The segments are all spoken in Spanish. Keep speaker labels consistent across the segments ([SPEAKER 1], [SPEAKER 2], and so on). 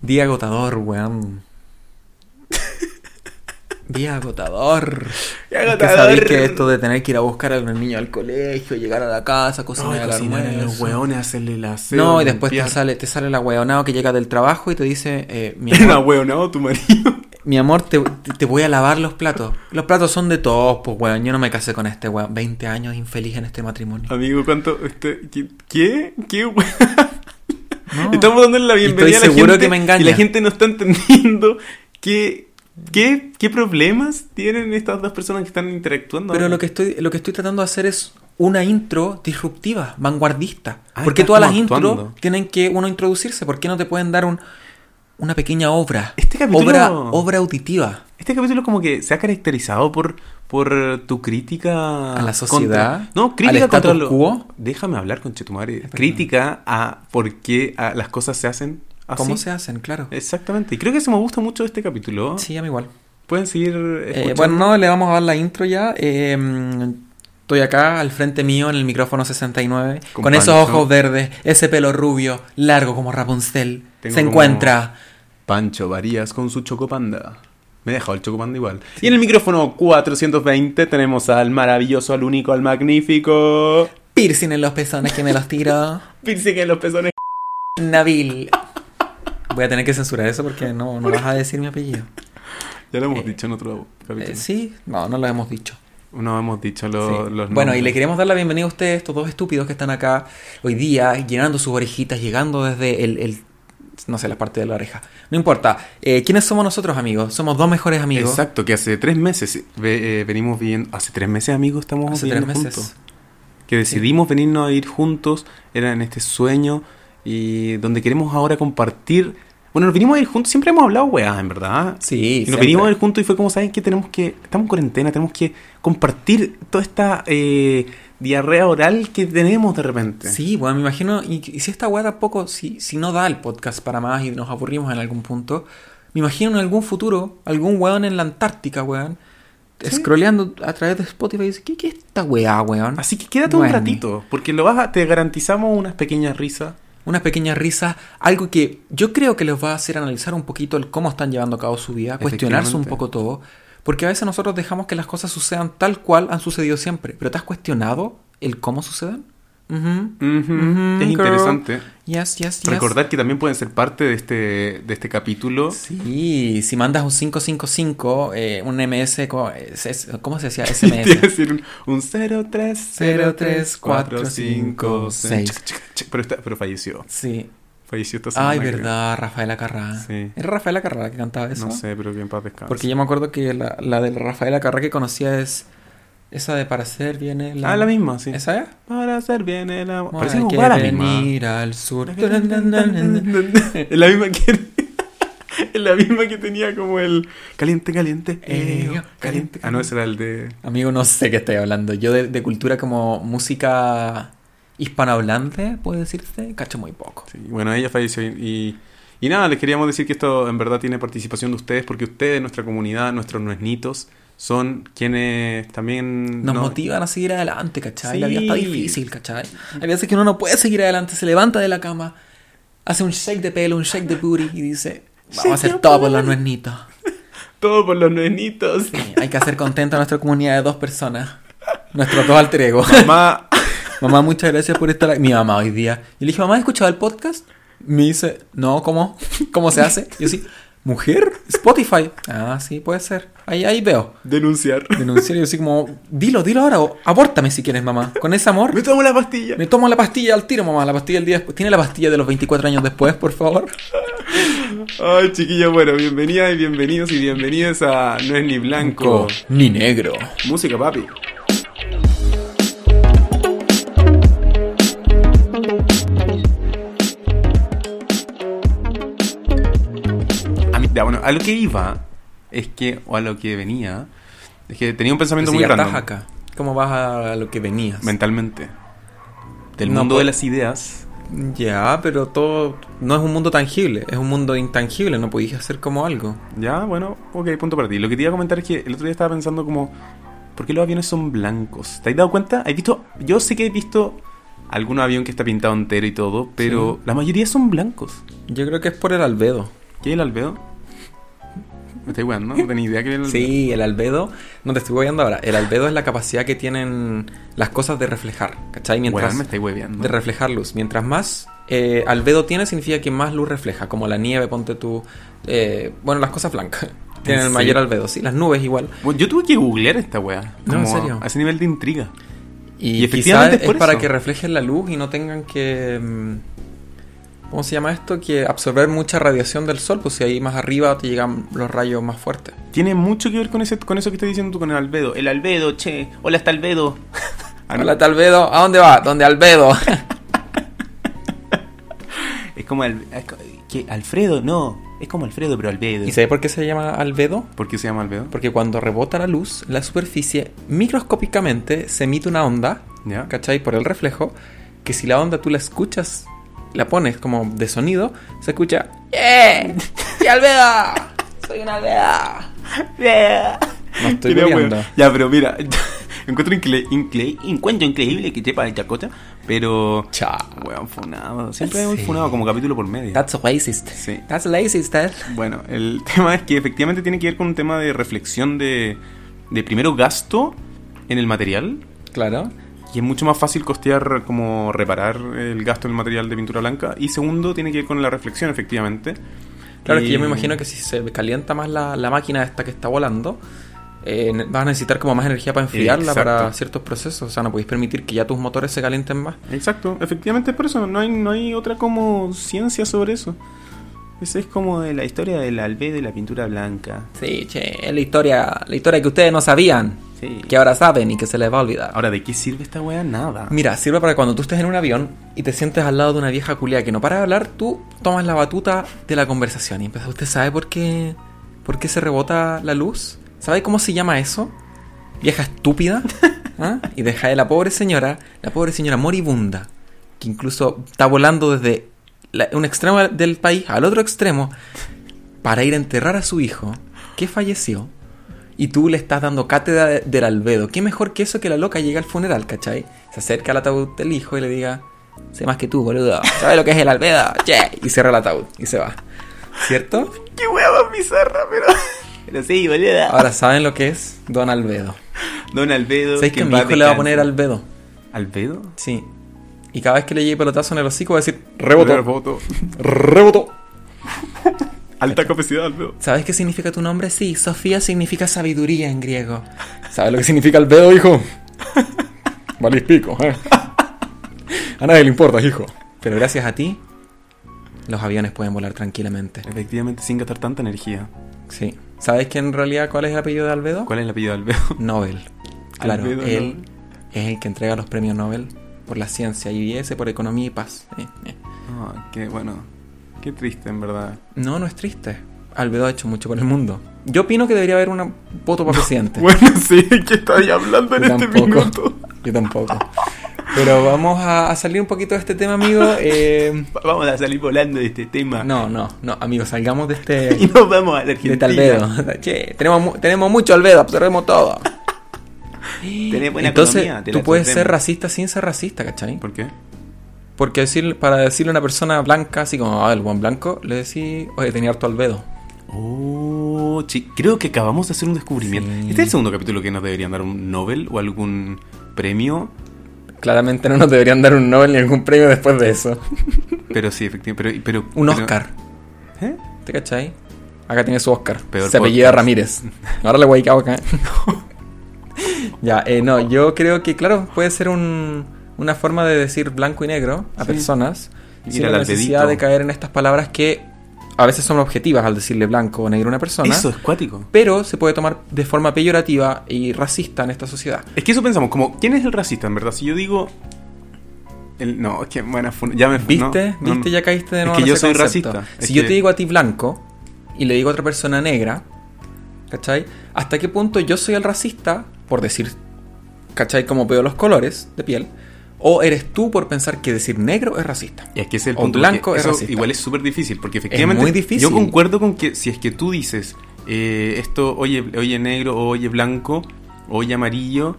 [SPEAKER 1] Día agotador, weón. Día agotador.
[SPEAKER 2] Día
[SPEAKER 1] Es
[SPEAKER 2] agotador.
[SPEAKER 1] Que sabéis que esto de tener que ir a buscar al niño al colegio, llegar a la casa,
[SPEAKER 2] No,
[SPEAKER 1] cocinar
[SPEAKER 2] y
[SPEAKER 1] el
[SPEAKER 2] cocinar a los
[SPEAKER 1] almuerzo.
[SPEAKER 2] hueones, hacerle la aseo.
[SPEAKER 1] No, y después te
[SPEAKER 2] limpiar.
[SPEAKER 1] sale, te sale el ahueonado que llega del trabajo y te dice, eh, mi
[SPEAKER 2] Era
[SPEAKER 1] amor,
[SPEAKER 2] hueonado tu marido.
[SPEAKER 1] mi amor, te, te voy a lavar los platos. Los platos son de todos, pues weón, yo no me casé con este weón. 20 años infeliz en este matrimonio.
[SPEAKER 2] Amigo, ¿cuánto? Este, ¿Qué? ¿Qué? ¿Qué hue-
[SPEAKER 1] No.
[SPEAKER 2] Estamos dándole la
[SPEAKER 1] Y estoy
[SPEAKER 2] bienvenida a la gente.
[SPEAKER 1] seguro que me engaña.
[SPEAKER 2] Y la gente no está entendiendo qué, qué, qué problemas tienen estas dos personas que están interactuando.
[SPEAKER 1] Pero
[SPEAKER 2] ahora.
[SPEAKER 1] lo que estoy, lo que estoy tratando de hacer es una intro disruptiva, vanguardista.
[SPEAKER 2] Ah,
[SPEAKER 1] ¿Por qué
[SPEAKER 2] estás
[SPEAKER 1] todas las
[SPEAKER 2] como
[SPEAKER 1] intros
[SPEAKER 2] actuando.
[SPEAKER 1] tienen que uno introducirse? ¿Por qué no te pueden dar un, una pequeña obra?
[SPEAKER 2] Este capítulo-
[SPEAKER 1] Obra, obra auditiva.
[SPEAKER 2] Este capítulo como que se ha caracterizado por, por tu crítica...
[SPEAKER 1] A la sociedad,
[SPEAKER 2] contra- no,
[SPEAKER 1] al
[SPEAKER 2] crítica
[SPEAKER 1] status
[SPEAKER 2] contra lo...
[SPEAKER 1] quo.
[SPEAKER 2] Déjame hablar, con tu madre. Crítica a por qué a las cosas se hacen así.
[SPEAKER 1] ¿Cómo se hacen? Claro.
[SPEAKER 2] Eh, Exactamente. Y creo que eso me gusta mucho de este capítulo.
[SPEAKER 1] Sí, a mí igual.
[SPEAKER 2] Pueden seguir
[SPEAKER 1] Eh,
[SPEAKER 2] escuchando.
[SPEAKER 1] bueno, no, le vamos a dar la intro ya. Eh, mm, estoy acá al frente mío en el micrófono 69. Con,
[SPEAKER 2] Con
[SPEAKER 1] esos
[SPEAKER 2] Pancho.
[SPEAKER 1] ojos verdes, ese pelo rubio, largo como Rapunzel.
[SPEAKER 2] Tengo
[SPEAKER 1] se
[SPEAKER 2] como-
[SPEAKER 1] encuentra.
[SPEAKER 2] Pancho Varías con su chocopanda. Me he dejado el chocopanda igual. Y en el micrófono 420 tenemos al maravilloso, al único, al magnífico...
[SPEAKER 1] Piercing en los pezones que me los tiro.
[SPEAKER 2] Piercing en los pezones.
[SPEAKER 1] Nabil. Voy a tener que censurar eso porque no, no vas a decir mi apellido.
[SPEAKER 2] Ya lo hemos
[SPEAKER 1] Eh,
[SPEAKER 2] dicho en otro capítulo.
[SPEAKER 1] Eh, sí, no, no lo hemos dicho.
[SPEAKER 2] No hemos dicho lo-
[SPEAKER 1] Sí.
[SPEAKER 2] los
[SPEAKER 1] Bueno, y
[SPEAKER 2] nombres.
[SPEAKER 1] le queremos dar la bienvenida a ustedes, estos dos estúpidos que están acá hoy día, llenando sus orejitas, llegando desde el, el- no sé, la parte de la oreja. No importa. Eh, ¿Quiénes somos nosotros, amigos? Somos dos mejores amigos.
[SPEAKER 2] Exacto, que hace tres meses ve- eh, venimos bien. Hace tres meses, amigos, estamos
[SPEAKER 1] Hace tres
[SPEAKER 2] viviendo
[SPEAKER 1] meses.
[SPEAKER 2] juntos. Que decidimos venirnos a ir juntos, era en este sueño y donde queremos ahora compartir. Bueno, nos vinimos a ir juntos, siempre hemos hablado, weá, en verdad.
[SPEAKER 1] Sí,
[SPEAKER 2] Y nos
[SPEAKER 1] siempre.
[SPEAKER 2] vinimos a ir juntos y fue como, ¿saben que Tenemos que, estamos en cuarentena, tenemos que compartir toda esta eh, diarrea oral que tenemos de repente.
[SPEAKER 1] Sí, bueno, me imagino, y, y si esta weá tampoco, si, si no da el podcast para más y nos aburrimos en algún punto, me imagino en algún futuro, algún weón en la Antártica, weón, scrolleando a través de Spotify y dice, ¿qué, qué es esta weá, weón?
[SPEAKER 2] Así que quédate
[SPEAKER 1] Bueno.
[SPEAKER 2] un ratito, porque lo vas a- te garantizamos unas pequeñas risas.
[SPEAKER 1] Unas pequeñas risas, algo que yo creo que les va a hacer analizar un poquito el cómo están llevando a cabo su vida, cuestionarse un
[SPEAKER 2] Efectivamente.
[SPEAKER 1] poco todo, porque a veces nosotros dejamos que las cosas sucedan tal cual han sucedido siempre, pero ¿te has cuestionado el cómo suceden? Ujú. Ujú,
[SPEAKER 2] es
[SPEAKER 1] girl.
[SPEAKER 2] interesante.
[SPEAKER 1] Yes, yes, yes.
[SPEAKER 2] Recordar que también pueden ser parte de este, de este capítulo.
[SPEAKER 1] Sí, si mandas un 555, eh, un MS, co- es- es- ¿cómo se decía?
[SPEAKER 2] Y te iba a
[SPEAKER 1] SMS.
[SPEAKER 2] decir un, un 0303456. Pero, está- pero falleció.
[SPEAKER 1] Sí.
[SPEAKER 2] Falleció esta semana.
[SPEAKER 1] Ay,
[SPEAKER 2] creo.
[SPEAKER 1] verdad, Rafaela Carrá.
[SPEAKER 2] Sí.
[SPEAKER 1] ¿Es Rafaela Carrá la que cantaba eso?
[SPEAKER 2] No sé, pero que en paz descanse.
[SPEAKER 1] Porque yo me acuerdo que la, la de Rafaela Carrá que conocía es esa de Para ser viene la...
[SPEAKER 2] Ah, la misma, sí.
[SPEAKER 1] ¿Esa es?
[SPEAKER 2] Para hacer bien el amor. Parece
[SPEAKER 1] Hay
[SPEAKER 2] como
[SPEAKER 1] que
[SPEAKER 2] para la misma.
[SPEAKER 1] venir al sur.
[SPEAKER 2] Es la misma que. Es la misma que tenía como el caliente, caliente, eh, oh, caliente. Ah, no, ese era el de.
[SPEAKER 1] Amigo, no sé qué estoy hablando. Yo de, de cultura como música hispanohablante, puede decirse, cacho muy poco.
[SPEAKER 2] Sí, bueno, ella falleció y, y- y nada, les queríamos decir que esto en verdad tiene participación de ustedes porque ustedes, nuestra comunidad, nuestros nuesnitos, son quienes también...
[SPEAKER 1] nos
[SPEAKER 2] no-
[SPEAKER 1] motivan a seguir adelante, ¿cachai? La vida
[SPEAKER 2] Sí.
[SPEAKER 1] está difícil, ¿cachai? Hay veces que uno no puede seguir adelante, se levanta de la cama, hace un shake de pelo, un shake de booty y dice, vamos a
[SPEAKER 2] Shake
[SPEAKER 1] hacer
[SPEAKER 2] your
[SPEAKER 1] todo por los
[SPEAKER 2] booty.
[SPEAKER 1] nuesnitos.
[SPEAKER 2] Todo por los nuesnitos.
[SPEAKER 1] Sí, Hay que hacer contenta a nuestra comunidad de dos personas, nuestros dos alter ego.
[SPEAKER 2] Mamá,
[SPEAKER 1] mamá, muchas gracias por estar aquí. Mi mamá hoy día. Y le dije, mamá, ¿has escuchado el podcast? Me dice, no, ¿cómo? ¿Cómo se hace? Y yo sí, ¿mujer? Spotify. Ah, sí, puede ser. Ahí, ahí veo.
[SPEAKER 2] denunciar.
[SPEAKER 1] Denunciar y yo así como, dilo, dilo ahora o abórtame si quieres, mamá. Con ese amor.
[SPEAKER 2] Me tomo la pastilla.
[SPEAKER 1] Me tomo la pastilla al tiro, mamá. La pastilla del día después. ¿Tiene la pastilla de los 24 años después, por favor?
[SPEAKER 2] Ay, chiquillos, bueno, bienvenidas y bienvenidos y bienvenidas a No es ni blanco.
[SPEAKER 1] Ni negro.
[SPEAKER 2] Música, papi. A mí, ya, bueno, a lo que iba es que, o a lo que venía, es que tenía un pensamiento
[SPEAKER 1] Si
[SPEAKER 2] muy
[SPEAKER 1] ya estás
[SPEAKER 2] random
[SPEAKER 1] acá. ¿Cómo vas a lo que venías?
[SPEAKER 2] mentalmente. Del
[SPEAKER 1] No,
[SPEAKER 2] mundo
[SPEAKER 1] pues-
[SPEAKER 2] de las ideas.
[SPEAKER 1] ya, pero todo no es un mundo tangible, es un mundo intangible, no podías hacer como algo.
[SPEAKER 2] Ya, bueno, ok, punto para ti. Lo que te iba a comentar es que el otro día estaba pensando como, ¿por qué los aviones son blancos? ¿Te has dado cuenta? ¿Has visto? Yo sé que he visto algún avión que está pintado entero y todo, pero
[SPEAKER 1] Sí.
[SPEAKER 2] la mayoría son blancos.
[SPEAKER 1] Yo creo que es por el albedo.
[SPEAKER 2] ¿Qué es el albedo? Me estoy weando, no tenía idea que era el albedo.
[SPEAKER 1] Sí, el albedo, no te estoy hueveando ahora, el albedo es la capacidad que tienen las cosas de reflejar, ¿cachai? Mientras,
[SPEAKER 2] Weón, me estoy hueveando.
[SPEAKER 1] de reflejar luz. Mientras más eh, albedo tiene, significa que más luz refleja, como la nieve, ponte tú, eh, bueno, las cosas blancas tienen el
[SPEAKER 2] Sí.
[SPEAKER 1] mayor albedo, sí, las nubes igual.
[SPEAKER 2] Bueno, yo tuve que googlear esta wea.
[SPEAKER 1] No, en
[SPEAKER 2] como
[SPEAKER 1] serio.
[SPEAKER 2] A ese nivel de intriga.
[SPEAKER 1] Y,
[SPEAKER 2] Y
[SPEAKER 1] quizás
[SPEAKER 2] efectivamente
[SPEAKER 1] es,
[SPEAKER 2] es por
[SPEAKER 1] para
[SPEAKER 2] eso.
[SPEAKER 1] que reflejen la luz y no tengan que. mm, ¿Cómo se llama esto? Que absorber mucha radiación del sol, pues si ahí más arriba te llegan los rayos más fuertes.
[SPEAKER 2] Tiene mucho que ver con, ese, con eso que estás diciendo tú con el albedo. El albedo, che. Hola, está albedo. Ah, no.
[SPEAKER 1] Hola, te Albedo. ¿A dónde va? ¿Dónde Albedo?
[SPEAKER 2] Es como el, es co- que Alfredo, no. Es como Alfredo, pero Albedo.
[SPEAKER 1] ¿Y sabes por qué se llama Albedo?
[SPEAKER 2] ¿Por qué se llama Albedo?
[SPEAKER 1] Porque cuando rebota la luz, la superficie microscópicamente se emite una onda,
[SPEAKER 2] ¿Ya?
[SPEAKER 1] ¿cachai? Por el reflejo, que si la onda tú la escuchas, la pones como de sonido, se escucha. ¡Yeah! ¡Soy Albedo! ¡Eh! ¡Soy una Albeda! No estoy
[SPEAKER 2] Mira, weón.
[SPEAKER 1] viendo.
[SPEAKER 2] Ya, pero mira. encuentro, incre- incre- encuentro increíble que chepa de chacota, pero.
[SPEAKER 1] Chao.
[SPEAKER 2] Weón, funado. Siempre hay un
[SPEAKER 1] Sí.
[SPEAKER 2] funado como capítulo por medio.
[SPEAKER 1] That's racist.
[SPEAKER 2] Sí.
[SPEAKER 1] That's racist, eh.
[SPEAKER 2] Bueno, el tema es que efectivamente tiene que ver con un tema de reflexión de, de primero gasto en el material.
[SPEAKER 1] Claro.
[SPEAKER 2] Y es mucho más fácil costear como reparar el gasto en el material de pintura blanca. Y segundo, tiene que ver con la reflexión, efectivamente.
[SPEAKER 1] Claro,
[SPEAKER 2] Y-
[SPEAKER 1] es que yo me imagino que si se calienta más la, la máquina esta que está volando, eh, ne- vas a necesitar como más energía para enfriarla
[SPEAKER 2] Exacto.
[SPEAKER 1] para ciertos procesos. O sea, no podéis permitir que ya tus motores se calienten más.
[SPEAKER 2] Exacto, efectivamente por eso. No hay, no hay otra como ciencia sobre eso. Esa es como de la historia del albedo y la pintura blanca.
[SPEAKER 1] Sí, che, es la historia, la historia que ustedes no sabían,
[SPEAKER 2] Sí.
[SPEAKER 1] que ahora saben y que se les va a olvidar.
[SPEAKER 2] Ahora, ¿de qué sirve esta weá? Nada.
[SPEAKER 1] Mira, sirve para cuando tú estés en un avión y te sientes al lado de una vieja culia que no para de hablar, tú tomas la batuta de la conversación y empiezas, ¿usted sabe por qué, por qué se rebota la luz? ¿Sabe cómo se llama eso? Vieja estúpida. ¿Ah? Y deja de la pobre señora, la pobre señora moribunda, que incluso está volando desde la- un extremo del país al otro extremo para ir a enterrar a su hijo, que falleció. Y tú le estás dando cátedra de- del albedo. ¿Qué mejor que eso que la loca llega al funeral, cachai? Se acerca al ataúd del hijo y le diga, sé más que tú, boludo. ¿Sabes lo que es el albedo? Che. Y cierra el ataúd y se va. ¿Cierto?
[SPEAKER 2] ¡Qué weá más bizarra, pero. Pero sí, boluda.
[SPEAKER 1] Ahora saben lo que es Don Albedo.
[SPEAKER 2] Don Albedo.
[SPEAKER 1] ¿Sabes que a mi
[SPEAKER 2] va
[SPEAKER 1] hijo le va a
[SPEAKER 2] descanse.
[SPEAKER 1] poner albedo?
[SPEAKER 2] ¿Albedo?
[SPEAKER 1] Sí. Y cada vez que le llegue pelotazo en el hocico va a decir, rebotó,
[SPEAKER 2] Reboto.
[SPEAKER 1] rebotó.
[SPEAKER 2] Alta capacidad, Albedo.
[SPEAKER 1] ¿Sabes qué significa tu nombre? Sí, Sofía significa sabiduría en griego. ¿Sabes lo que significa albedo, hijo? Valís pico, ¿eh? A nadie le importa, hijo. Pero gracias a ti, los aviones pueden volar tranquilamente.
[SPEAKER 2] Efectivamente, sin gastar tanta energía.
[SPEAKER 1] Sí. ¿Sabes que en realidad cuál es el apellido de Albedo?
[SPEAKER 2] ¿Cuál es el apellido de Albedo?
[SPEAKER 1] Nobel. Claro,
[SPEAKER 2] Albedo
[SPEAKER 1] él
[SPEAKER 2] Nobel.
[SPEAKER 1] es el que entrega los premios Nobel por la ciencia y ese por economía y paz. Eh, eh.
[SPEAKER 2] Ah, qué bueno. Qué triste, en verdad.
[SPEAKER 1] No, no es triste. Albedo ha hecho mucho por el mundo. Yo opino que debería haber un voto para presidente.
[SPEAKER 2] Bueno, sí, que estáis hablando en
[SPEAKER 1] Yo
[SPEAKER 2] este
[SPEAKER 1] tampoco.
[SPEAKER 2] minuto.
[SPEAKER 1] Yo tampoco. Pero vamos a, a salir un poquito de este tema, amigo. Eh,
[SPEAKER 2] Va- Vamos a salir volando de este tema.
[SPEAKER 1] no, no, no, amigo, salgamos de este.
[SPEAKER 2] Y nos vamos a la
[SPEAKER 1] de este
[SPEAKER 2] Argentina.
[SPEAKER 1] albedo. Che, tenemos, mu- tenemos mucho albedo, absorbemos todo.
[SPEAKER 2] Tenés buena
[SPEAKER 1] Entonces,
[SPEAKER 2] economía, te la
[SPEAKER 1] tú puedes ser
[SPEAKER 2] absorbemos.
[SPEAKER 1] racista sin ser racista, ¿cachai?
[SPEAKER 2] ¿Por qué?
[SPEAKER 1] Porque decir, para decirle a una persona blanca, así como, ah, el buen blanco, le decís, oye, tenía harto albedo.
[SPEAKER 2] Oh, chi- creo que acabamos de hacer un descubrimiento.
[SPEAKER 1] Sí.
[SPEAKER 2] Este es el segundo capítulo que nos deberían dar un Nobel o algún premio.
[SPEAKER 1] Claramente no nos deberían dar un Nobel ni algún premio después de eso.
[SPEAKER 2] Pero sí, efectivamente. Pero, pero-
[SPEAKER 1] Un
[SPEAKER 2] pero-
[SPEAKER 1] Oscar.
[SPEAKER 2] ¿Eh?
[SPEAKER 1] ¿Te cachai? Acá tiene su Oscar.
[SPEAKER 2] Peor
[SPEAKER 1] se apellida
[SPEAKER 2] podcast.
[SPEAKER 1] Ramírez. Ahora le guaycao acá. ya, eh, no, yo creo que, claro, puede ser un- una forma de decir blanco y negro a
[SPEAKER 2] Sí.
[SPEAKER 1] personas.
[SPEAKER 2] Ir
[SPEAKER 1] sin
[SPEAKER 2] al
[SPEAKER 1] la necesidad
[SPEAKER 2] albedito.
[SPEAKER 1] de caer en estas palabras que a veces son objetivas al decirle blanco o negro a una persona.
[SPEAKER 2] Eso es cuático.
[SPEAKER 1] Pero se puede tomar de forma peyorativa y racista en esta sociedad.
[SPEAKER 2] Es que eso pensamos, como, ¿quién es el racista, en verdad? Si yo digo. el- no, es que bueno, fue- ya me
[SPEAKER 1] ¿Viste?
[SPEAKER 2] no,
[SPEAKER 1] ¿Viste?
[SPEAKER 2] no, no.
[SPEAKER 1] Ya caíste de
[SPEAKER 2] Es
[SPEAKER 1] nuevo
[SPEAKER 2] que
[SPEAKER 1] en
[SPEAKER 2] yo
[SPEAKER 1] ese
[SPEAKER 2] soy
[SPEAKER 1] concepto.
[SPEAKER 2] racista. Es
[SPEAKER 1] Si yo
[SPEAKER 2] que-
[SPEAKER 1] te digo a ti blanco y le digo a otra persona negra, ¿cachai? ¿Hasta qué punto yo soy el racista por decir, ¿cachai? Como veo los colores de piel. ¿O eres tú por pensar que decir negro es racista?
[SPEAKER 2] Y es que ese es el
[SPEAKER 1] O
[SPEAKER 2] punto.
[SPEAKER 1] blanco
[SPEAKER 2] porque
[SPEAKER 1] es
[SPEAKER 2] eso
[SPEAKER 1] racista.
[SPEAKER 2] igual es súper difícil, porque efectivamente.
[SPEAKER 1] muy difícil.
[SPEAKER 2] Yo concuerdo con que si es que tú dices eh, esto, oye, oye negro, o oye blanco, o oye amarillo,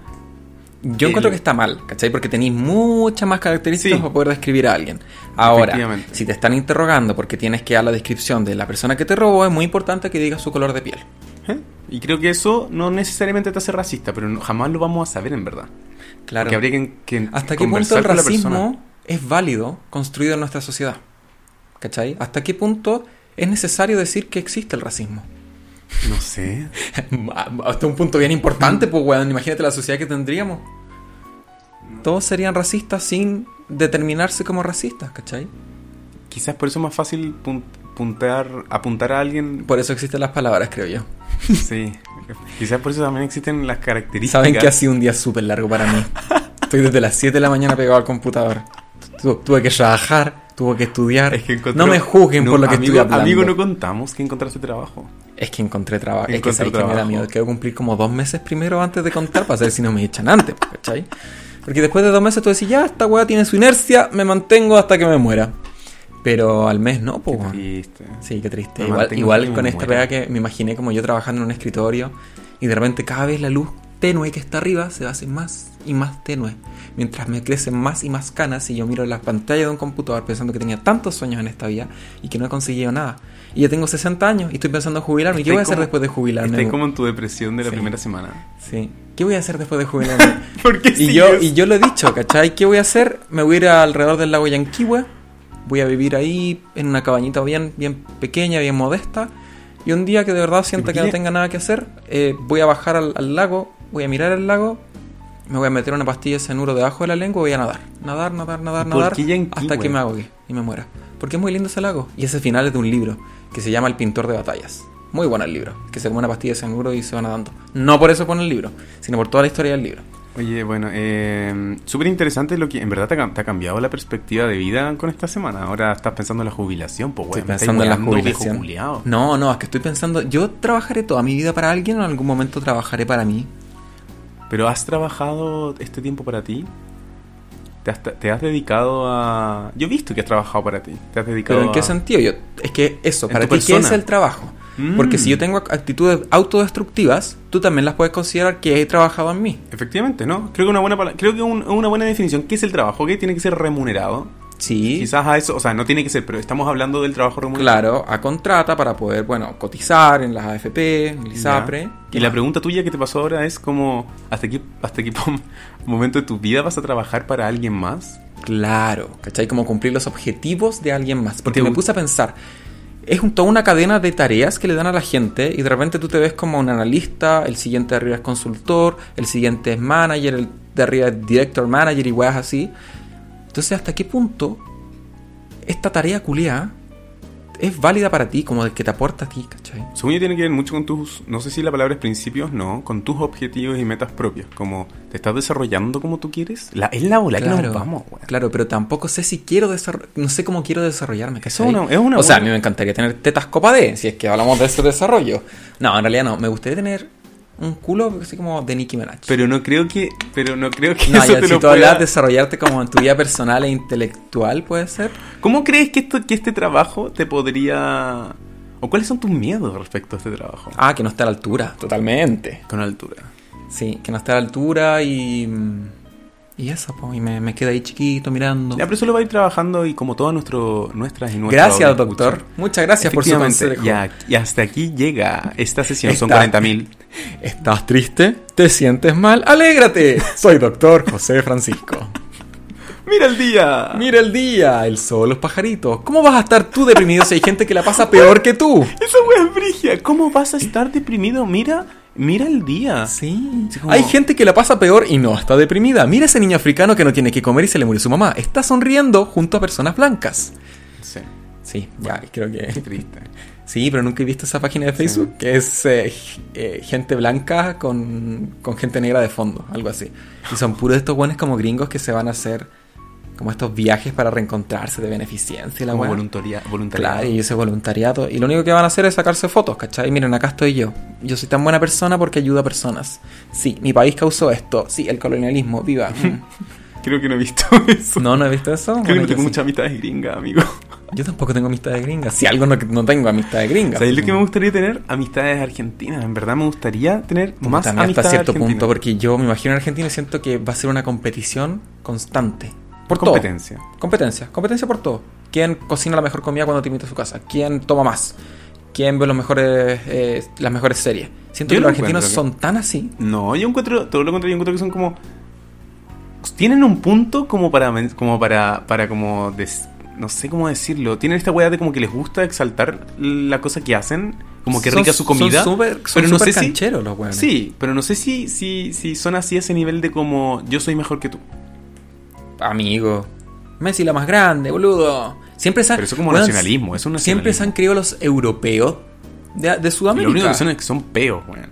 [SPEAKER 1] Yo
[SPEAKER 2] El-
[SPEAKER 1] encuentro que está mal, ¿cachai? Porque tenéis muchas más características
[SPEAKER 2] Sí.
[SPEAKER 1] para poder describir a alguien. Ahora,
[SPEAKER 2] Efectivamente.
[SPEAKER 1] si te están interrogando porque tienes que dar la descripción de la persona que te robó, es muy importante que digas su color de piel.
[SPEAKER 2] ¿Eh? Y creo que eso no necesariamente te hace racista, pero no- jamás lo vamos a saber en verdad.
[SPEAKER 1] Claro.
[SPEAKER 2] Porque habría que, que
[SPEAKER 1] ¿Hasta qué punto
[SPEAKER 2] conversar
[SPEAKER 1] el
[SPEAKER 2] con la persona.
[SPEAKER 1] racismo es válido construido en nuestra sociedad? ¿Cachai? ¿Hasta qué punto es necesario decir que existe el racismo?
[SPEAKER 2] No sé.
[SPEAKER 1] Hasta un punto bien importante, pues, weón. Imagínate la sociedad que tendríamos. Todos serían racistas sin determinarse como racistas, ¿cachai?
[SPEAKER 2] Quizás por eso es más fácil pun- puntar- apuntar a alguien.
[SPEAKER 1] Por eso existen las palabras, creo yo.
[SPEAKER 2] sí. Quizás por eso también existen las características.
[SPEAKER 1] Saben que ha sido un día súper largo para mí. Estoy desde las 7 de la mañana pegado al computador. Tu- tuve que trabajar, tuve que estudiar.
[SPEAKER 2] Es que encontró-
[SPEAKER 1] no me juzguen
[SPEAKER 2] No,
[SPEAKER 1] por lo que
[SPEAKER 2] amigo,
[SPEAKER 1] estoy hablando.
[SPEAKER 2] Amigo, no contamos que encontraste trabajo.
[SPEAKER 1] Es que encontré trabajo. Es que
[SPEAKER 2] Encontré
[SPEAKER 1] sabes que me da
[SPEAKER 2] trabajo.
[SPEAKER 1] miedo. Quiero cumplir como dos meses primero antes de contar para saber si no me echan antes, pues, ¿cachai? Porque después de dos meses tú decís, ya, esta weá tiene su inercia, me mantengo hasta que me muera. Pero al mes no, pues. weón.
[SPEAKER 2] Triste.
[SPEAKER 1] Sí, qué triste.
[SPEAKER 2] Me
[SPEAKER 1] Igual,
[SPEAKER 2] mantengo
[SPEAKER 1] igual
[SPEAKER 2] hasta que
[SPEAKER 1] con
[SPEAKER 2] me
[SPEAKER 1] esta
[SPEAKER 2] muera.
[SPEAKER 1] pega que me imaginé como yo trabajando en un escritorio y de repente cada vez la luz tenue que está arriba se hace más y más tenue. Mientras me crecen más y más canas y yo miro las pantallas de un computador pensando que tenía tantos sueños en esta vida y que no he conseguido nada. Y ya tengo 60 años y estoy pensando en jubilarme. ¿Y ¿Qué
[SPEAKER 2] Estoy
[SPEAKER 1] voy a hacer
[SPEAKER 2] como-
[SPEAKER 1] después de jubilarme?
[SPEAKER 2] Estás como en tu depresión de la
[SPEAKER 1] Sí.
[SPEAKER 2] primera semana.
[SPEAKER 1] Sí. ¿Qué voy a hacer después de jubilarme?
[SPEAKER 2] ¿Por qué
[SPEAKER 1] y, yo, y yo lo he dicho, ¿cachai? ¿Qué voy a hacer? Me voy a ir alrededor del lago Yanquihue. Voy a vivir ahí en una cabañita bien, bien pequeña, bien modesta. Y un día que de verdad sienta que no
[SPEAKER 2] Bien.
[SPEAKER 1] tenga nada que hacer, eh, voy a bajar al, al lago, voy a mirar el lago, me voy a meter una pastilla de cianuro debajo de la lengua y voy a nadar. Nadar, nadar, nadar,
[SPEAKER 2] ¿Por
[SPEAKER 1] nadar.
[SPEAKER 2] qué Yanquihue?
[SPEAKER 1] Hasta que me ahogue y me muera. Porque es muy lindo ese lago. Y ese final es de un libro que se llama El pintor de batallas. Muy bueno el libro. Que se come una pastilla de cianuro y se va nadando. No por eso pone el libro, sino por toda la historia del libro.
[SPEAKER 2] Oye, bueno, eh, súper interesante lo que en verdad te ha, cam- te ha cambiado la perspectiva de vida con esta semana. Ahora estás pensando en la jubilación, pues,
[SPEAKER 1] Estoy pensando en la jubilación.
[SPEAKER 2] Jubilado.
[SPEAKER 1] No, no, es que estoy pensando, yo trabajaré toda mi vida para alguien o en algún momento trabajaré para mí.
[SPEAKER 2] Pero has trabajado este tiempo para ti. ¿Te has, te has dedicado a. Yo he visto que has trabajado para ti. ¿Te has dedicado
[SPEAKER 1] Pero en qué
[SPEAKER 2] a-
[SPEAKER 1] sentido? Yo, es que eso,
[SPEAKER 2] Ah. En
[SPEAKER 1] para
[SPEAKER 2] tu
[SPEAKER 1] ti, ¿qué es
[SPEAKER 2] persona.
[SPEAKER 1] el trabajo?
[SPEAKER 2] Mm.
[SPEAKER 1] Porque si yo tengo actitudes autodestructivas, tú también las puedes considerar que he trabajado en mí.
[SPEAKER 2] Efectivamente, ¿no? Creo que una buena pala- creo que un- una buena definición. ¿Qué es el trabajo? ¿Qué tiene que ser remunerado?
[SPEAKER 1] Sí.
[SPEAKER 2] Quizás a eso, o sea, no tiene que ser, pero estamos hablando del trabajo remunerado.
[SPEAKER 1] Claro, a contrata para poder, bueno, cotizar en las AFP, en el
[SPEAKER 2] Ya.
[SPEAKER 1] ISAPRE.
[SPEAKER 2] Y la pregunta tuya que te pasó ahora es como, ¿hasta qué, hasta qué pom- momento de tu vida vas a trabajar para alguien más?
[SPEAKER 1] Claro, ¿cachai? Como cumplir los objetivos de alguien más. Porque
[SPEAKER 2] Te
[SPEAKER 1] me
[SPEAKER 2] gust-
[SPEAKER 1] puse a pensar, es un- toda una cadena de tareas que le dan a la gente y de repente tú te ves como un analista, el siguiente de arriba es consultor, el siguiente es manager, el de arriba es director manager y weas así. Entonces, ¿hasta qué punto esta tarea culiada es válida para ti, como el que te aporta a ti, ¿cachai?
[SPEAKER 2] Según yo tiene que ver mucho con tus, no sé si la palabra es principios, no, con tus objetivos y metas propias, como te estás desarrollando como tú quieres. La, es la bola que nos vamos, güey.
[SPEAKER 1] claro, pero tampoco sé si quiero desarrollar, no sé cómo quiero desarrollarme. ¿cachai?
[SPEAKER 2] Es una- es una
[SPEAKER 1] o sea, a
[SPEAKER 2] buena-
[SPEAKER 1] mí me encantaría tener tetas copa D, si es que hablamos de ese desarrollo. No, en realidad no, me gustaría tener un culo así como de Nicki Minaj.
[SPEAKER 2] Pero no creo que, pero no creo que
[SPEAKER 1] no,
[SPEAKER 2] eso
[SPEAKER 1] ya,
[SPEAKER 2] te
[SPEAKER 1] si
[SPEAKER 2] lo
[SPEAKER 1] tú hablas
[SPEAKER 2] pueda...
[SPEAKER 1] de desarrollarte como en tu vida personal e intelectual, puede ser.
[SPEAKER 2] ¿Cómo crees que, esto, que este trabajo te podría... o cuáles son tus miedos respecto a este trabajo?
[SPEAKER 1] Ah, que no esté a la altura, totalmente.
[SPEAKER 2] Con altura.
[SPEAKER 1] Sí, que no esté a la altura y. Y eso, pues, y me, me queda ahí chiquito mirando.
[SPEAKER 2] Ya, pero eso lo va a ir trabajando y como todas nuestro, nuestras y nuestros...
[SPEAKER 1] Gracias, doctor. Muchas gracias por su consejo.
[SPEAKER 2] Y, ac- y hasta aquí llega esta sesión. Son
[SPEAKER 1] Esta.
[SPEAKER 2] 40.000.
[SPEAKER 1] ¿Estás triste? ¿Te sientes mal? ¡Alégrate! Soy doctor José Francisco.
[SPEAKER 2] ¡Mira el día!
[SPEAKER 1] Mira el día, el sol, los pajaritos. ¿Cómo vas a estar tú deprimido si hay gente que la pasa peor que tú?
[SPEAKER 2] Esa wea es brigia. ¿Cómo vas a estar deprimido? Mira, mira el día.
[SPEAKER 1] Sí.
[SPEAKER 2] Sí, como-
[SPEAKER 1] Hay gente que la pasa peor y no está deprimida. Mira ese niño africano que no tiene que comer y se le murió su mamá. Está sonriendo junto a personas blancas.
[SPEAKER 2] Sí,
[SPEAKER 1] Sí, ya, creo
[SPEAKER 2] qué
[SPEAKER 1] que...
[SPEAKER 2] triste.
[SPEAKER 1] Sí, pero nunca he visto esa página de Facebook que es eh, g- eh, gente blanca con, con gente negra de fondo, algo así. Y son puros estos buenos como gringos que se van a hacer como estos viajes para reencontrarse de beneficencia y la
[SPEAKER 2] Como
[SPEAKER 1] weá.
[SPEAKER 2] voluntaria, voluntariado.
[SPEAKER 1] Claro, y ese voluntariado. Y lo único que van a hacer es sacarse fotos, ¿cachai? Miren, acá estoy yo. Yo soy tan buena persona porque ayudo a personas. Sí, mi país causó esto. Sí, el colonialismo, viva. Mm.
[SPEAKER 2] Creo que no he visto eso.
[SPEAKER 1] No, no he visto eso.
[SPEAKER 2] Creo que
[SPEAKER 1] Bueno, yo,
[SPEAKER 2] no tengo
[SPEAKER 1] sí.
[SPEAKER 2] muchas amistades gringas, amigo.
[SPEAKER 1] Yo tampoco tengo amistad de gringa. Si algo no, no tengo amistad de gringa.
[SPEAKER 2] ¿Sabéis lo que me gustaría tener? Amistades argentinas. En verdad me gustaría tener más
[SPEAKER 1] También
[SPEAKER 2] amistades
[SPEAKER 1] hasta cierto
[SPEAKER 2] argentinas.
[SPEAKER 1] punto, porque yo me imagino en Argentina y siento que va a ser una competición constante. Por todo.
[SPEAKER 2] competencia.
[SPEAKER 1] Competencia, competencia por todo. ¿Quién cocina la mejor comida cuando te invita a su casa? ¿Quién toma más? ¿Quién ve los mejores, eh, las mejores series? Siento
[SPEAKER 2] Yo
[SPEAKER 1] que
[SPEAKER 2] no
[SPEAKER 1] los argentinos
[SPEAKER 2] encuentro
[SPEAKER 1] son tan así.
[SPEAKER 2] No, yo encuentro, todo lo contrario, yo encuentro que son como... Tienen un punto como para, men- como para, para como, des- no sé cómo decirlo. Tienen esta weá de como que les gusta exaltar la cosa que hacen, como que
[SPEAKER 1] Son-
[SPEAKER 2] rica su comida.
[SPEAKER 1] Son súper
[SPEAKER 2] pero no sé si-
[SPEAKER 1] cancheros los weones.
[SPEAKER 2] Sí, pero no sé si, si, si son así a ese nivel de como yo soy mejor que tú.
[SPEAKER 1] Amigo. Messi la más grande, boludo. Siempre se han,
[SPEAKER 2] Pero eso como
[SPEAKER 1] weón,
[SPEAKER 2] nacionalismo, eso es un
[SPEAKER 1] Siempre se han
[SPEAKER 2] nacionalismo.
[SPEAKER 1] creído los europeos de, de Sudamérica.
[SPEAKER 2] Lo único que son es que son peos, weón.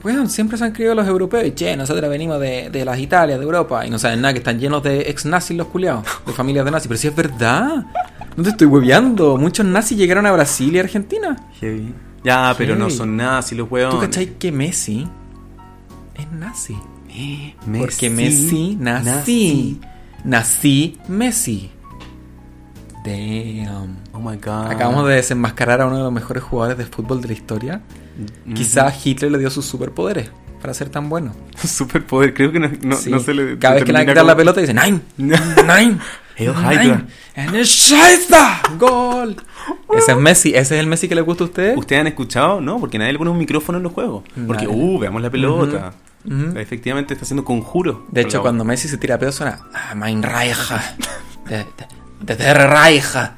[SPEAKER 1] Pues, Weón, siempre se han creído los europeos. Y, Che, nosotros venimos de, de las Italias, de Europa. Y no saben nada, que están llenos de ex-nazis los culiados. De familias de nazis. Pero si es verdad. No te estoy hueveando. Muchos nazis llegaron a Brasil y Argentina.
[SPEAKER 2] Ya, pero no
[SPEAKER 1] Heavy.
[SPEAKER 2] son nada si los weón.
[SPEAKER 1] ¿Tú cachai que Messi es nazi?
[SPEAKER 2] Eh,
[SPEAKER 1] Porque Messi nací. Nací Messi. Damn.
[SPEAKER 2] Oh my god.
[SPEAKER 1] Acabamos de desenmascarar a uno de los mejores jugadores de fútbol de la historia.
[SPEAKER 2] Ujú.
[SPEAKER 1] Quizás Hitler le dio sus superpoderes para ser tan bueno.
[SPEAKER 2] Superpoder, creo que no, no,
[SPEAKER 1] Sí.
[SPEAKER 2] no se le.
[SPEAKER 1] Cada vez que le van a
[SPEAKER 2] termina
[SPEAKER 1] quitar la
[SPEAKER 2] como-
[SPEAKER 1] pelota dicen ¡Nein!
[SPEAKER 2] No.
[SPEAKER 1] ¡Nein!
[SPEAKER 2] Hail
[SPEAKER 1] ¡Nein!
[SPEAKER 2] Hydra.
[SPEAKER 1] ¡En el Scheiße! ¡Gol! Ese es Messi, ese es el Messi que le gusta a ustedes.
[SPEAKER 2] ¿Ustedes han escuchado? No, porque nadie le pone un micrófono en los juegos. Porque,
[SPEAKER 1] Nadie.
[SPEAKER 2] uh, veamos la pelota.
[SPEAKER 1] Ujú, ujú.
[SPEAKER 2] Efectivamente está haciendo conjuro.
[SPEAKER 1] De hecho, cuando Messi se tira a pedo suena ¡Ah, mein Reicha! ¡De, de, de der Reicha!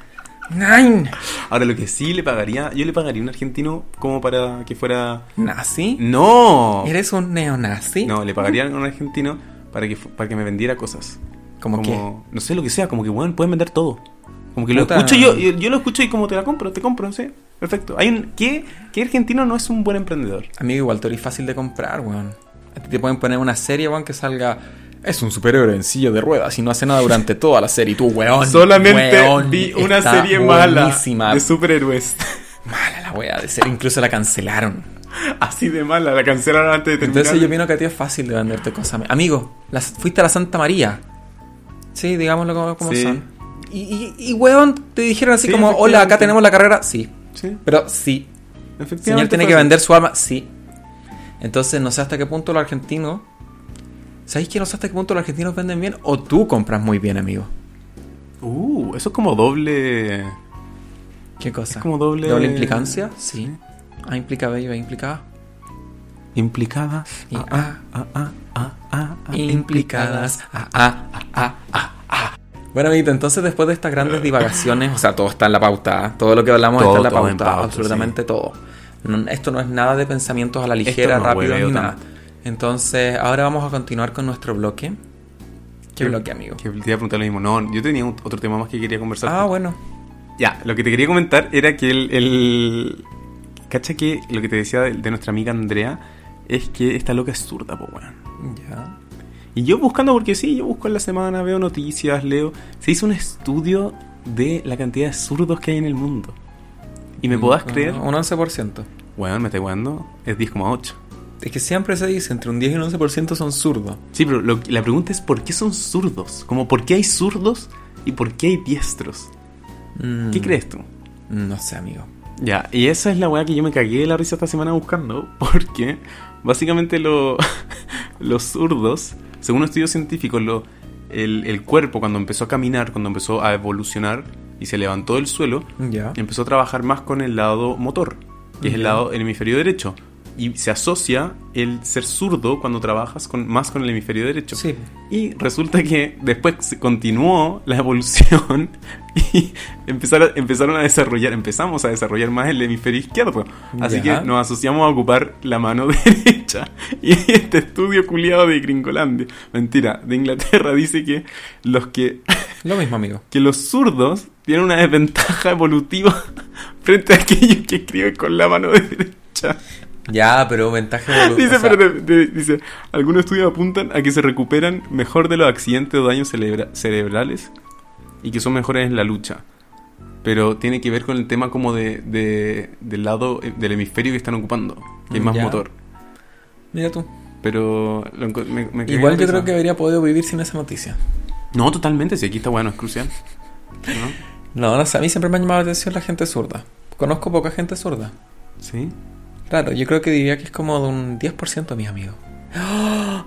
[SPEAKER 1] ¡Nein!
[SPEAKER 2] Ahora, lo que sí le pagaría, yo le pagaría a un argentino como para que fuera.
[SPEAKER 1] ¿Nazi?
[SPEAKER 2] ¡No!
[SPEAKER 1] ¿Eres un neonazi?
[SPEAKER 2] No, le pagaría a un argentino para que, fu- para que me vendiera cosas.
[SPEAKER 1] ¿Cómo
[SPEAKER 2] como, no sé lo que sea, como que bueno, pueden vender todo. Como que lo
[SPEAKER 1] Puta.
[SPEAKER 2] escucho yo, yo, yo lo escucho y como te la compro, te compro, sí. Perfecto. Hay un ¿qué, qué argentino no es un buen emprendedor?
[SPEAKER 1] Amigo, igual tú eres fácil de comprar, weón. A ti te pueden poner una serie, weón, que salga. Es un superhéroe en silla de ruedas y no hace nada durante toda la serie. Y tú, weón.
[SPEAKER 2] Solamente
[SPEAKER 1] weón,
[SPEAKER 2] vi una
[SPEAKER 1] está
[SPEAKER 2] serie mala
[SPEAKER 1] buenísima.
[SPEAKER 2] de superhéroes.
[SPEAKER 1] Mala la wea de serie. Incluso la cancelaron.
[SPEAKER 2] Así de mala, la cancelaron antes de terminar.
[SPEAKER 1] Entonces yo opino que a ti es fácil de venderte cosas. Amigo, las, fuiste a la Santa María. Sí, digámoslo como, como
[SPEAKER 2] Sí.
[SPEAKER 1] son. Y, y, y, weón, te dijeron así
[SPEAKER 2] Sí,
[SPEAKER 1] como, hola, acá
[SPEAKER 2] efectivamente.
[SPEAKER 1] tenemos la carrera. Sí.
[SPEAKER 2] Sí,
[SPEAKER 1] Pero sí,
[SPEAKER 2] efectivamente.
[SPEAKER 1] Señor tiene
[SPEAKER 2] fue
[SPEAKER 1] que
[SPEAKER 2] así.
[SPEAKER 1] vender su alma, sí. Entonces, no sé hasta qué punto los argentinos. ¿Sabéis que no sé hasta qué punto los argentinos venden bien? O tú compras muy bien, amigo.
[SPEAKER 2] Uh, eso es como doble.
[SPEAKER 1] ¿Qué cosa?
[SPEAKER 2] Es como doble-
[SPEAKER 1] ¿Doble implicancia? Sí. A implica B y B implica A.
[SPEAKER 2] Implicadas.
[SPEAKER 1] Y
[SPEAKER 2] Ah,
[SPEAKER 1] A.
[SPEAKER 2] ah, ah, ah, ah, ah,
[SPEAKER 1] Implicadas. A, A, A, A, A, A. Bueno, amiguito, entonces después de estas grandes divagaciones, o sea, todo está en la pauta, ¿ah? todo lo que hablamos está
[SPEAKER 2] Todo,
[SPEAKER 1] en la
[SPEAKER 2] todo en
[SPEAKER 1] pauta,
[SPEAKER 2] pauta,
[SPEAKER 1] absolutamente todo. No- esto no es nada de pensamientos a la ligera,
[SPEAKER 2] no
[SPEAKER 1] rápido,
[SPEAKER 2] hueveo
[SPEAKER 1] ni nada.
[SPEAKER 2] tanto.
[SPEAKER 1] Entonces, ahora vamos a continuar con nuestro bloque. ¿Qué
[SPEAKER 2] Que-
[SPEAKER 1] bloque, amigo?
[SPEAKER 2] Que te iba a preguntar lo mismo. No, yo tenía un- otro tema más que quería conversar.
[SPEAKER 1] Ah, bueno.
[SPEAKER 2] Ya, lo que te quería comentar era que el. el... Cacha que lo que te decía de, de nuestra amiga Andrea es que esta loca es zurda, po, weón.
[SPEAKER 1] Ya.
[SPEAKER 2] Y yo buscando, porque sí, yo busco en la semana, veo noticias, leo. Se hizo un estudio de la cantidad de zurdos que hay en el mundo. Y me podás
[SPEAKER 1] Un-
[SPEAKER 2] creer,
[SPEAKER 1] Un 11%.
[SPEAKER 2] weón, me estoy jugando, es 10,8.
[SPEAKER 1] Es que siempre se dice, entre un 10 y un 11% son zurdos.
[SPEAKER 2] Sí, pero lo- la pregunta es: ¿por qué son zurdos? Como, ¿por qué hay zurdos y por qué hay diestros?
[SPEAKER 1] Mm,
[SPEAKER 2] ¿Qué crees tú?
[SPEAKER 1] No sé, amigo.
[SPEAKER 2] Ya, y esa es la weá que yo me cagué de la risa esta semana buscando, porque básicamente lo- los zurdos, según estudios científicos, lo- el, el cuerpo cuando empezó a caminar, cuando empezó a evolucionar y se levantó del suelo,
[SPEAKER 1] Ya.
[SPEAKER 2] empezó a trabajar más con el lado motor, que es el
[SPEAKER 1] Ya.
[SPEAKER 2] lado el hemisferio derecho. Y se asocia el ser zurdo cuando trabajas con, más con el hemisferio derecho.
[SPEAKER 1] Sí.
[SPEAKER 2] Y resulta que después se continuó la evolución y empezaron, empezaron a desarrollar, empezamos a desarrollar más el hemisferio izquierdo. pues. Así
[SPEAKER 1] Ya.
[SPEAKER 2] que nos asociamos a ocupar la mano derecha. Y este estudio culiado de Gringolandia, mentira, de Inglaterra, dice que los que,
[SPEAKER 1] Lo mismo, amigo.
[SPEAKER 2] que los zurdos tienen una desventaja evolutiva frente a aquellos que escriben con la mano derecha.
[SPEAKER 1] Ya, pero ventaja de
[SPEAKER 2] Dice, pero de- de- dice, algunos estudios apuntan a que se recuperan mejor de los accidentes o daños celebra- cerebrales y que son mejores en la lucha. Pero tiene que ver con el tema como de, de- del lado eh, del hemisferio que están ocupando, que es más
[SPEAKER 1] Ya.
[SPEAKER 2] motor.
[SPEAKER 1] Mira tú.
[SPEAKER 2] Pero lo enco- me- me quedé
[SPEAKER 1] Igual yo
[SPEAKER 2] pensando.
[SPEAKER 1] creo que habría podido vivir sin esa noticia.
[SPEAKER 2] No, totalmente, si aquí está bueno, es crucial. ¿No?
[SPEAKER 1] No, no sé, a mí siempre me ha llamado la atención la gente zurda. Conozco poca gente zurda.
[SPEAKER 2] ¿Sí?
[SPEAKER 1] Claro, yo creo que diría que es como de un 10% de mis amigos.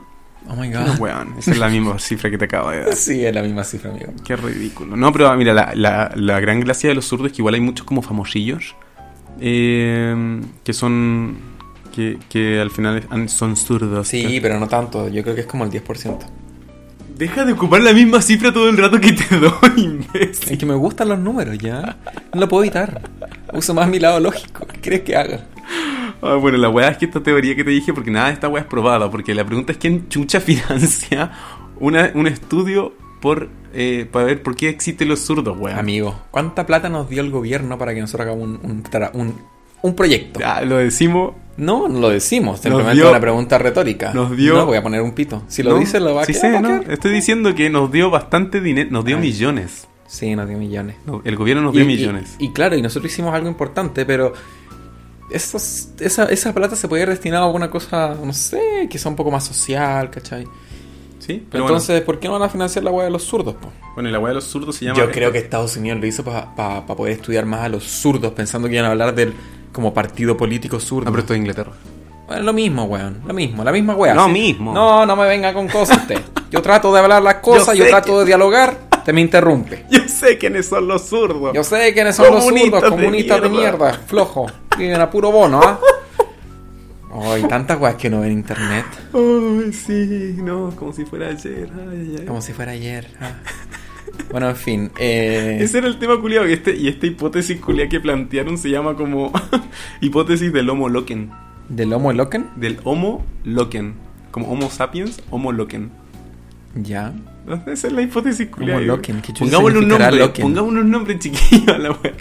[SPEAKER 1] Oh my
[SPEAKER 2] No,
[SPEAKER 1] god.
[SPEAKER 2] weón, esa es la misma cifra que te acabo de dar.
[SPEAKER 1] Sí, es la misma cifra, amigo.
[SPEAKER 2] Qué ridículo. No, pero ah, mira, la, la- la gran gracia de los zurdos es que igual hay muchos como famosillos eh, que son. Que, que al final han- son zurdos.
[SPEAKER 1] Sí, pero no tanto. Yo creo que es como el 10%.
[SPEAKER 2] Deja de ocupar la misma cifra todo el rato que te doy, imbécil.
[SPEAKER 1] Es que me gustan los números, ¿ya? No lo puedo evitar. Uso más mi lado lógico. ¿Qué crees que haga?
[SPEAKER 2] Ah, bueno, la weá es que esta teoría que te dije, porque nada de esta weá es probada, porque la pregunta es quién chucha financia una- un estudio por eh, para ver por qué existen los zurdos, weá.
[SPEAKER 1] Amigo, ¿cuánta plata nos dio el gobierno para que nosotros hagamos un, un, tra- un- un proyecto?
[SPEAKER 2] Ah, lo decimos.
[SPEAKER 1] No, no lo decimos. Simplemente
[SPEAKER 2] dio-
[SPEAKER 1] una pregunta retórica.
[SPEAKER 2] nos dio-
[SPEAKER 1] No voy a poner un pito. Si lo
[SPEAKER 2] ¿no?
[SPEAKER 1] dice, lo va a
[SPEAKER 2] Sí
[SPEAKER 1] quedar,
[SPEAKER 2] sé,
[SPEAKER 1] va a
[SPEAKER 2] ¿no?
[SPEAKER 1] quedar.
[SPEAKER 2] Estoy diciendo que nos dio bastante dinero, nos dio
[SPEAKER 1] Ah.
[SPEAKER 2] millones.
[SPEAKER 1] Sí, nos dio millones.
[SPEAKER 2] No, El gobierno nos dio millones.
[SPEAKER 1] Y, claro, y nosotros hicimos algo importante, pero esos- esa, esa plata se podía haber destinado a alguna cosa, no sé, que sea un poco más social, ¿cachai?
[SPEAKER 2] sí, pero
[SPEAKER 1] Entonces, ¿por qué no van a financiar la hueá de los zurdos? po?
[SPEAKER 2] bueno. Bueno, y la weá de los zurdos se llama.
[SPEAKER 1] Yo creo que Estados Unidos lo hizo para poder estudiar más a los zurdos, pensando que iban a hablar del como partido político
[SPEAKER 2] Ah,
[SPEAKER 1] zurdo.
[SPEAKER 2] pero esto es Inglaterra.
[SPEAKER 1] Bueno, lo mismo, weón. Lo mismo, la misma weá.
[SPEAKER 2] Lo
[SPEAKER 1] ¿sí?
[SPEAKER 2] mismo.
[SPEAKER 1] No, no me venga con cosas usted. Yo trato de hablar las cosas, yo,
[SPEAKER 2] Yo sé
[SPEAKER 1] trato de dialogar, te me interrumpe.
[SPEAKER 2] Yo sé quiénes son los zurdos.
[SPEAKER 1] Yo sé quiénes son los
[SPEAKER 2] Comunistas
[SPEAKER 1] zurdos,
[SPEAKER 2] de
[SPEAKER 1] comunistas de
[SPEAKER 2] mierda.
[SPEAKER 1] mierda, flojo. Viven a puro bono, ¿ah? Ay, tantas weas que uno ve en internet.
[SPEAKER 2] Ay, sí, no, como si fuera ayer. Ay, ay, ay.
[SPEAKER 1] Como si fuera ayer. ah. Bueno, en fin. eh,
[SPEAKER 2] Ese era el tema culiado. Y, este, y esta hipótesis culia que plantearon se llama como hipótesis del Homo Loken.
[SPEAKER 1] ¿Del Homo Loken?
[SPEAKER 2] Del Homo Loken. Como Homo sapiens, Homo Loken.
[SPEAKER 1] Ya.
[SPEAKER 2] No, Esa es la hipótesis culiada.
[SPEAKER 1] Homo Loken, ¿qué chucha
[SPEAKER 2] Pongámosle un
[SPEAKER 1] significará
[SPEAKER 2] nombre.
[SPEAKER 1] Loken?
[SPEAKER 2] Pongámosle un nombre chiquillo a la wea.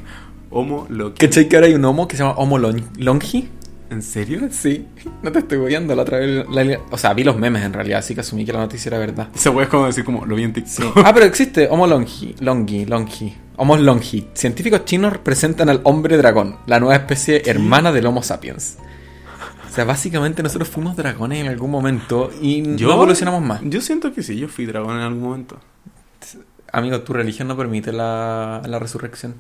[SPEAKER 2] Homo Loken.
[SPEAKER 1] ¿Cachai que ahora hay un homo que se llama Homo Lon- Longi?
[SPEAKER 2] ¿En serio?
[SPEAKER 1] Sí, no te estoy guiando la otra vez. la- o sea, vi los memes en realidad, así que asumí que la noticia era verdad.
[SPEAKER 2] Esa wea es como decir, como lo vi en
[SPEAKER 1] Sí.
[SPEAKER 2] TikTok.
[SPEAKER 1] Ah, pero existe Homo Longi, Longi, Longi. Homo Longi. Científicos chinos presentan al hombre dragón, la nueva especie hermana del Homo sapiens. O sea, básicamente nosotros fuimos dragones en algún momento y no evolucionamos más.
[SPEAKER 2] Yo siento que sí, yo fui dragón en algún momento.
[SPEAKER 1] Amigo, tu religión no permite la, la resurrección.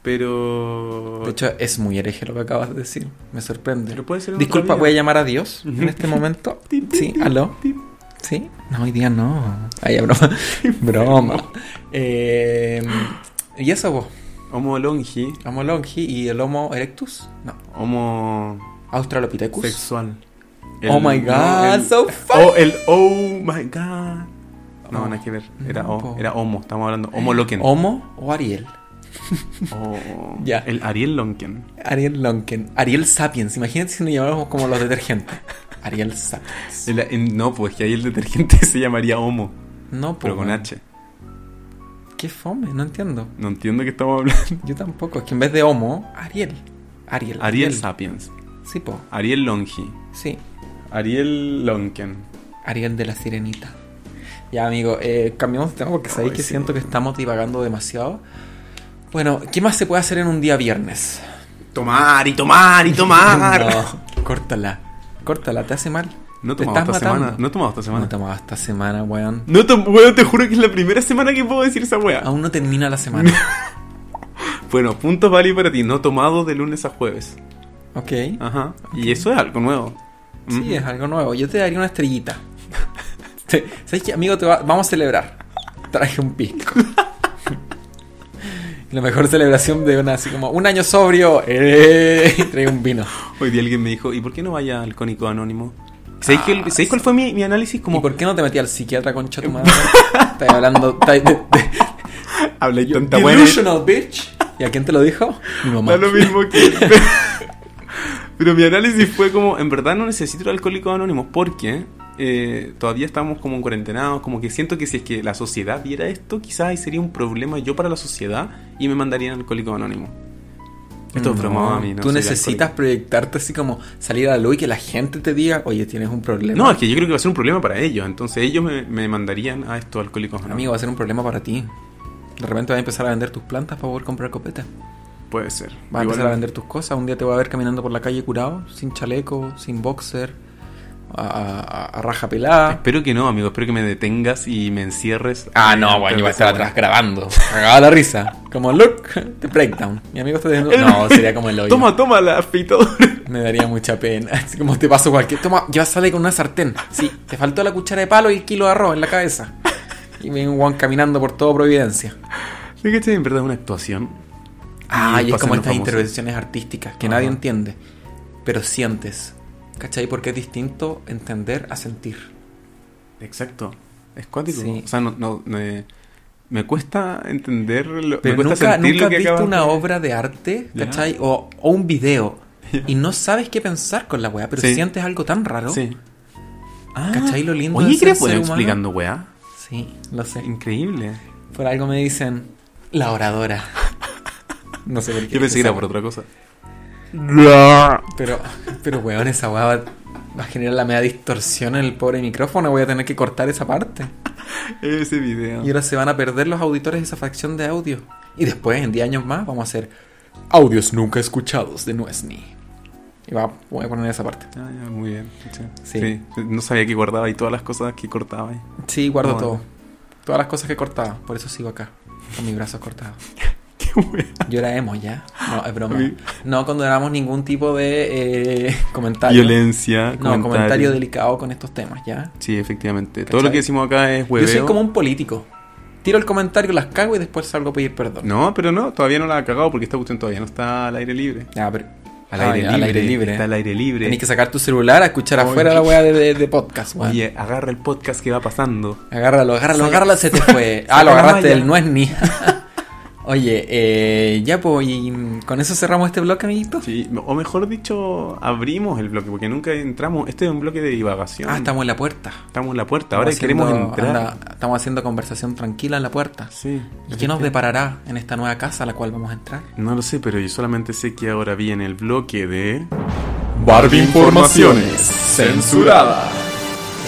[SPEAKER 2] Pero.
[SPEAKER 1] De hecho, es muy hereje lo que acabas de decir. Me sorprende.
[SPEAKER 2] Pero puede ser en otra
[SPEAKER 1] Disculpa,
[SPEAKER 2] vida.
[SPEAKER 1] voy a llamar a Dios en este momento.
[SPEAKER 2] Tin, tin,
[SPEAKER 1] Sí,
[SPEAKER 2] tin,
[SPEAKER 1] aló.
[SPEAKER 2] tin.
[SPEAKER 1] Sí, no, hoy día no. Ay, ya, broma. broma. Eh, y eso, vos.
[SPEAKER 2] Homo Longi,
[SPEAKER 1] Homo longi y el Homo erectus. No.
[SPEAKER 2] Homo
[SPEAKER 1] Australopithecus.
[SPEAKER 2] sexual.
[SPEAKER 1] Oh my God, so funny.
[SPEAKER 2] Oh, el oh my god.
[SPEAKER 1] Oh,
[SPEAKER 2] No, nada que ver. Era,
[SPEAKER 1] no,
[SPEAKER 2] o-
[SPEAKER 1] po.
[SPEAKER 2] era Homo, estamos hablando. Homo Loken.
[SPEAKER 1] Homo o Ariel.
[SPEAKER 2] Oh,
[SPEAKER 1] Ya.
[SPEAKER 2] El Ariel Lonken.
[SPEAKER 1] Ariel Lonken. Ariel Sapiens. Imagínate si nos llamáramos como los detergentes. Ariel Sapiens.
[SPEAKER 2] El- el- no, pues que ahí el detergente se llamaría Homo,
[SPEAKER 1] No,
[SPEAKER 2] pero con
[SPEAKER 1] bueno.
[SPEAKER 2] H.
[SPEAKER 1] Qué fome, no entiendo.
[SPEAKER 2] No entiendo qué estamos hablando.
[SPEAKER 1] Yo tampoco. Es que en vez de Homo, Ariel. Ariel.
[SPEAKER 2] Ariel Sapiens.
[SPEAKER 1] Sí, po.
[SPEAKER 2] Ariel Longi.
[SPEAKER 1] Sí.
[SPEAKER 2] Ariel Lonken.
[SPEAKER 1] Ariel de la Sirenita. Ya, amigo, eh, cambiamos de tema porque sabéis
[SPEAKER 2] Ay,
[SPEAKER 1] que
[SPEAKER 2] sí.
[SPEAKER 1] siento que estamos divagando demasiado. Bueno, ¿qué más se puede hacer en un día viernes?
[SPEAKER 2] Tomar y tomar y tomar.
[SPEAKER 1] No, córtala. Córtala, te hace mal.
[SPEAKER 2] Ah, no he
[SPEAKER 1] te
[SPEAKER 2] tomado esta semana.
[SPEAKER 1] matando.
[SPEAKER 2] No he tomado esta semana.
[SPEAKER 1] No tomaba esta semana, weón.
[SPEAKER 2] No, tom- weón, te juro que es la primera semana que puedo decir esa wea.
[SPEAKER 1] Aún no termina la semana.
[SPEAKER 2] Bueno, puntos válidos para ti, no tomado de lunes a jueves.
[SPEAKER 1] ok.
[SPEAKER 2] Ajá. Y eso es algo nuevo. Mm-hmm.
[SPEAKER 1] Sí, es algo nuevo. Yo te daría una estrellita. Te- ¿Sabes qué, amigo? Te va- vamos a celebrar. Traje un pisco. La mejor celebración de una, así como un año sobrio. Eh, trae un vino.
[SPEAKER 2] Hoy día alguien me dijo, ¿y por qué no vaya al cónico anónimo? ¿Sabéis que el-
[SPEAKER 1] Ah,
[SPEAKER 2] sabéis cuál fue mi, mi análisis?
[SPEAKER 1] ¿Y
[SPEAKER 2] Como Eh,
[SPEAKER 1] por qué no te metí al psiquiatra, concha tu madre? Estás hablando. estás de, de-
[SPEAKER 2] hablé tanta buena.
[SPEAKER 1] delusional, bitch. ¿Y a quién te lo dijo? Mi mamá.
[SPEAKER 2] Da lo mismo que. Pero mi análisis fue como, en verdad no necesito el alcohólico anónimo porque eh, todavía estamos como en cuarentenados, como que siento que si es que la sociedad viera esto, quizás ahí sería un problema yo para la sociedad y me mandarían alcohólico anónimo. Esto es broma, mami,
[SPEAKER 1] Mm.
[SPEAKER 2] no
[SPEAKER 1] Tú
[SPEAKER 2] soy
[SPEAKER 1] necesitas proyectarte así como salir a la luz y que la gente te diga, oye, tienes un problema.
[SPEAKER 2] No, es que yo creo que va a ser un problema para ellos. Entonces ellos me, me mandarían a estos alcohólicos. Anónimos.
[SPEAKER 1] Amigo, va a ser un problema para ti. De repente vas a empezar a vender tus plantas para poder comprar copeta.
[SPEAKER 2] Puede ser.
[SPEAKER 1] Vas a
[SPEAKER 2] Igual-
[SPEAKER 1] empezar a vender tus cosas. Un día te va a ver caminando por la calle curado, sin chaleco, sin boxer. a, a- a raja pelada.
[SPEAKER 2] Espero que no, amigo. Espero que me detengas y me encierres.
[SPEAKER 1] Ah, no, bueno, iba a estar atrás grabando. Cagaba la risa. Como, look, the breakdown. Mi amigo está teniendo... No, sería como el hoyo.
[SPEAKER 2] Toma, toma la afeitadora.
[SPEAKER 1] Me daría mucha pena. Así como te paso cualquier. Toma, ya sale con una sartén. Sí, te faltó la cuchara de palo y el kilo de arroz en la cabeza. Y me un guan caminando por todo Providencia.
[SPEAKER 2] ¿Sí que en verdad una actuación?
[SPEAKER 1] Ah, y es
[SPEAKER 2] pasan
[SPEAKER 1] como
[SPEAKER 2] los
[SPEAKER 1] estas
[SPEAKER 2] famosos.
[SPEAKER 1] intervenciones artísticas que
[SPEAKER 2] Ajá.
[SPEAKER 1] nadie entiende, pero sientes. ¿Cachai? Porque es distinto entender a sentir.
[SPEAKER 2] Exacto. Es cuático.
[SPEAKER 1] Sí.
[SPEAKER 2] O sea, no, no, me, me cuesta entender. lo-
[SPEAKER 1] Pero
[SPEAKER 2] me cuesta
[SPEAKER 1] nunca,
[SPEAKER 2] sentir
[SPEAKER 1] nunca
[SPEAKER 2] lo
[SPEAKER 1] has
[SPEAKER 2] que
[SPEAKER 1] visto
[SPEAKER 2] acabas
[SPEAKER 1] una
[SPEAKER 2] de-
[SPEAKER 1] obra de arte,
[SPEAKER 2] Ya.
[SPEAKER 1] ¿cachai? O, o un video. Y no sabes qué pensar con la weá, pero
[SPEAKER 2] Sí.
[SPEAKER 1] sientes algo tan raro.
[SPEAKER 2] Sí.
[SPEAKER 1] ¿Cachai lo lindo de
[SPEAKER 2] Oye, ¿qué
[SPEAKER 1] ser
[SPEAKER 2] le pueden
[SPEAKER 1] ser humano?
[SPEAKER 2] explicando, weá?
[SPEAKER 1] Sí, lo sé.
[SPEAKER 2] Increíble.
[SPEAKER 1] Por algo me dicen la oradora. No sé por qué.
[SPEAKER 2] Yo pensé que era por otra cosa.
[SPEAKER 1] Pero, pero weón, esa weá va, va a generar la media distorsión en el pobre micrófono. Voy a tener que cortar esa parte.
[SPEAKER 2] Ese video.
[SPEAKER 1] Y ahora se van a perder los auditores de esa facción de audio. Y después, en 10 años más, vamos a hacer audios nunca escuchados de Nuesni. Y va, voy a poner esa parte.
[SPEAKER 2] Ah, ya, muy bien. Sí.
[SPEAKER 1] Sí.
[SPEAKER 2] Sí. No sabía que guardaba y todas las cosas que cortaba. ahí.
[SPEAKER 1] Sí, guardo
[SPEAKER 2] Bueno.
[SPEAKER 1] todo. Todas las cosas que he cortado. Por eso sigo acá. Con mis brazos cortados.
[SPEAKER 2] Qué wea.
[SPEAKER 1] Yo era emo, ¿ya? No, es broma.
[SPEAKER 2] A mí-
[SPEAKER 1] No condenamos ningún tipo de eh, comentario.
[SPEAKER 2] Violencia.
[SPEAKER 1] No, comentario. delicado con estos temas, ¿ya?
[SPEAKER 2] Sí, efectivamente.
[SPEAKER 1] ¿Cachai?
[SPEAKER 2] Todo lo que decimos acá es hueveo.
[SPEAKER 1] Yo soy como un político. Tiro el comentario, las cago y después salgo a pedir perdón.
[SPEAKER 2] No, pero no, todavía no la ha cagado porque esta cuestión todavía no está al aire libre.
[SPEAKER 1] Ah, pero-
[SPEAKER 2] Al aire,
[SPEAKER 1] Ah,
[SPEAKER 2] libre,
[SPEAKER 1] al aire libre.
[SPEAKER 2] Está al aire libre.
[SPEAKER 1] Tenés que sacar tu celular a escuchar
[SPEAKER 2] Este, Oye.
[SPEAKER 1] afuera la weá de, de- de podcast, weón.
[SPEAKER 2] Oye, agarra el podcast que va pasando.
[SPEAKER 1] Agárralo, agárralo,
[SPEAKER 2] Saca-
[SPEAKER 1] agárralo, se te fue.
[SPEAKER 2] saca
[SPEAKER 1] ah, lo
[SPEAKER 2] la
[SPEAKER 1] agarraste
[SPEAKER 2] malla.
[SPEAKER 1] del no es ni. Oye, eh, ya pues, y con eso cerramos este bloque, amiguito.
[SPEAKER 2] Sí, o mejor dicho, abrimos el bloque porque nunca entramos. Este es un bloque de divagación.
[SPEAKER 1] Ah, estamos en la puerta.
[SPEAKER 2] Estamos en la puerta,
[SPEAKER 1] Estamos
[SPEAKER 2] ahora
[SPEAKER 1] haciendo-
[SPEAKER 2] queremos entrar.
[SPEAKER 1] anda, estamos haciendo conversación tranquila en la puerta.
[SPEAKER 2] Sí.
[SPEAKER 1] ¿Y qué nos deparará en esta nueva casa a la cual vamos a entrar?
[SPEAKER 2] No lo sé, pero yo solamente sé que ahora viene el bloque de.
[SPEAKER 1] Barbie Informaciones, censurada.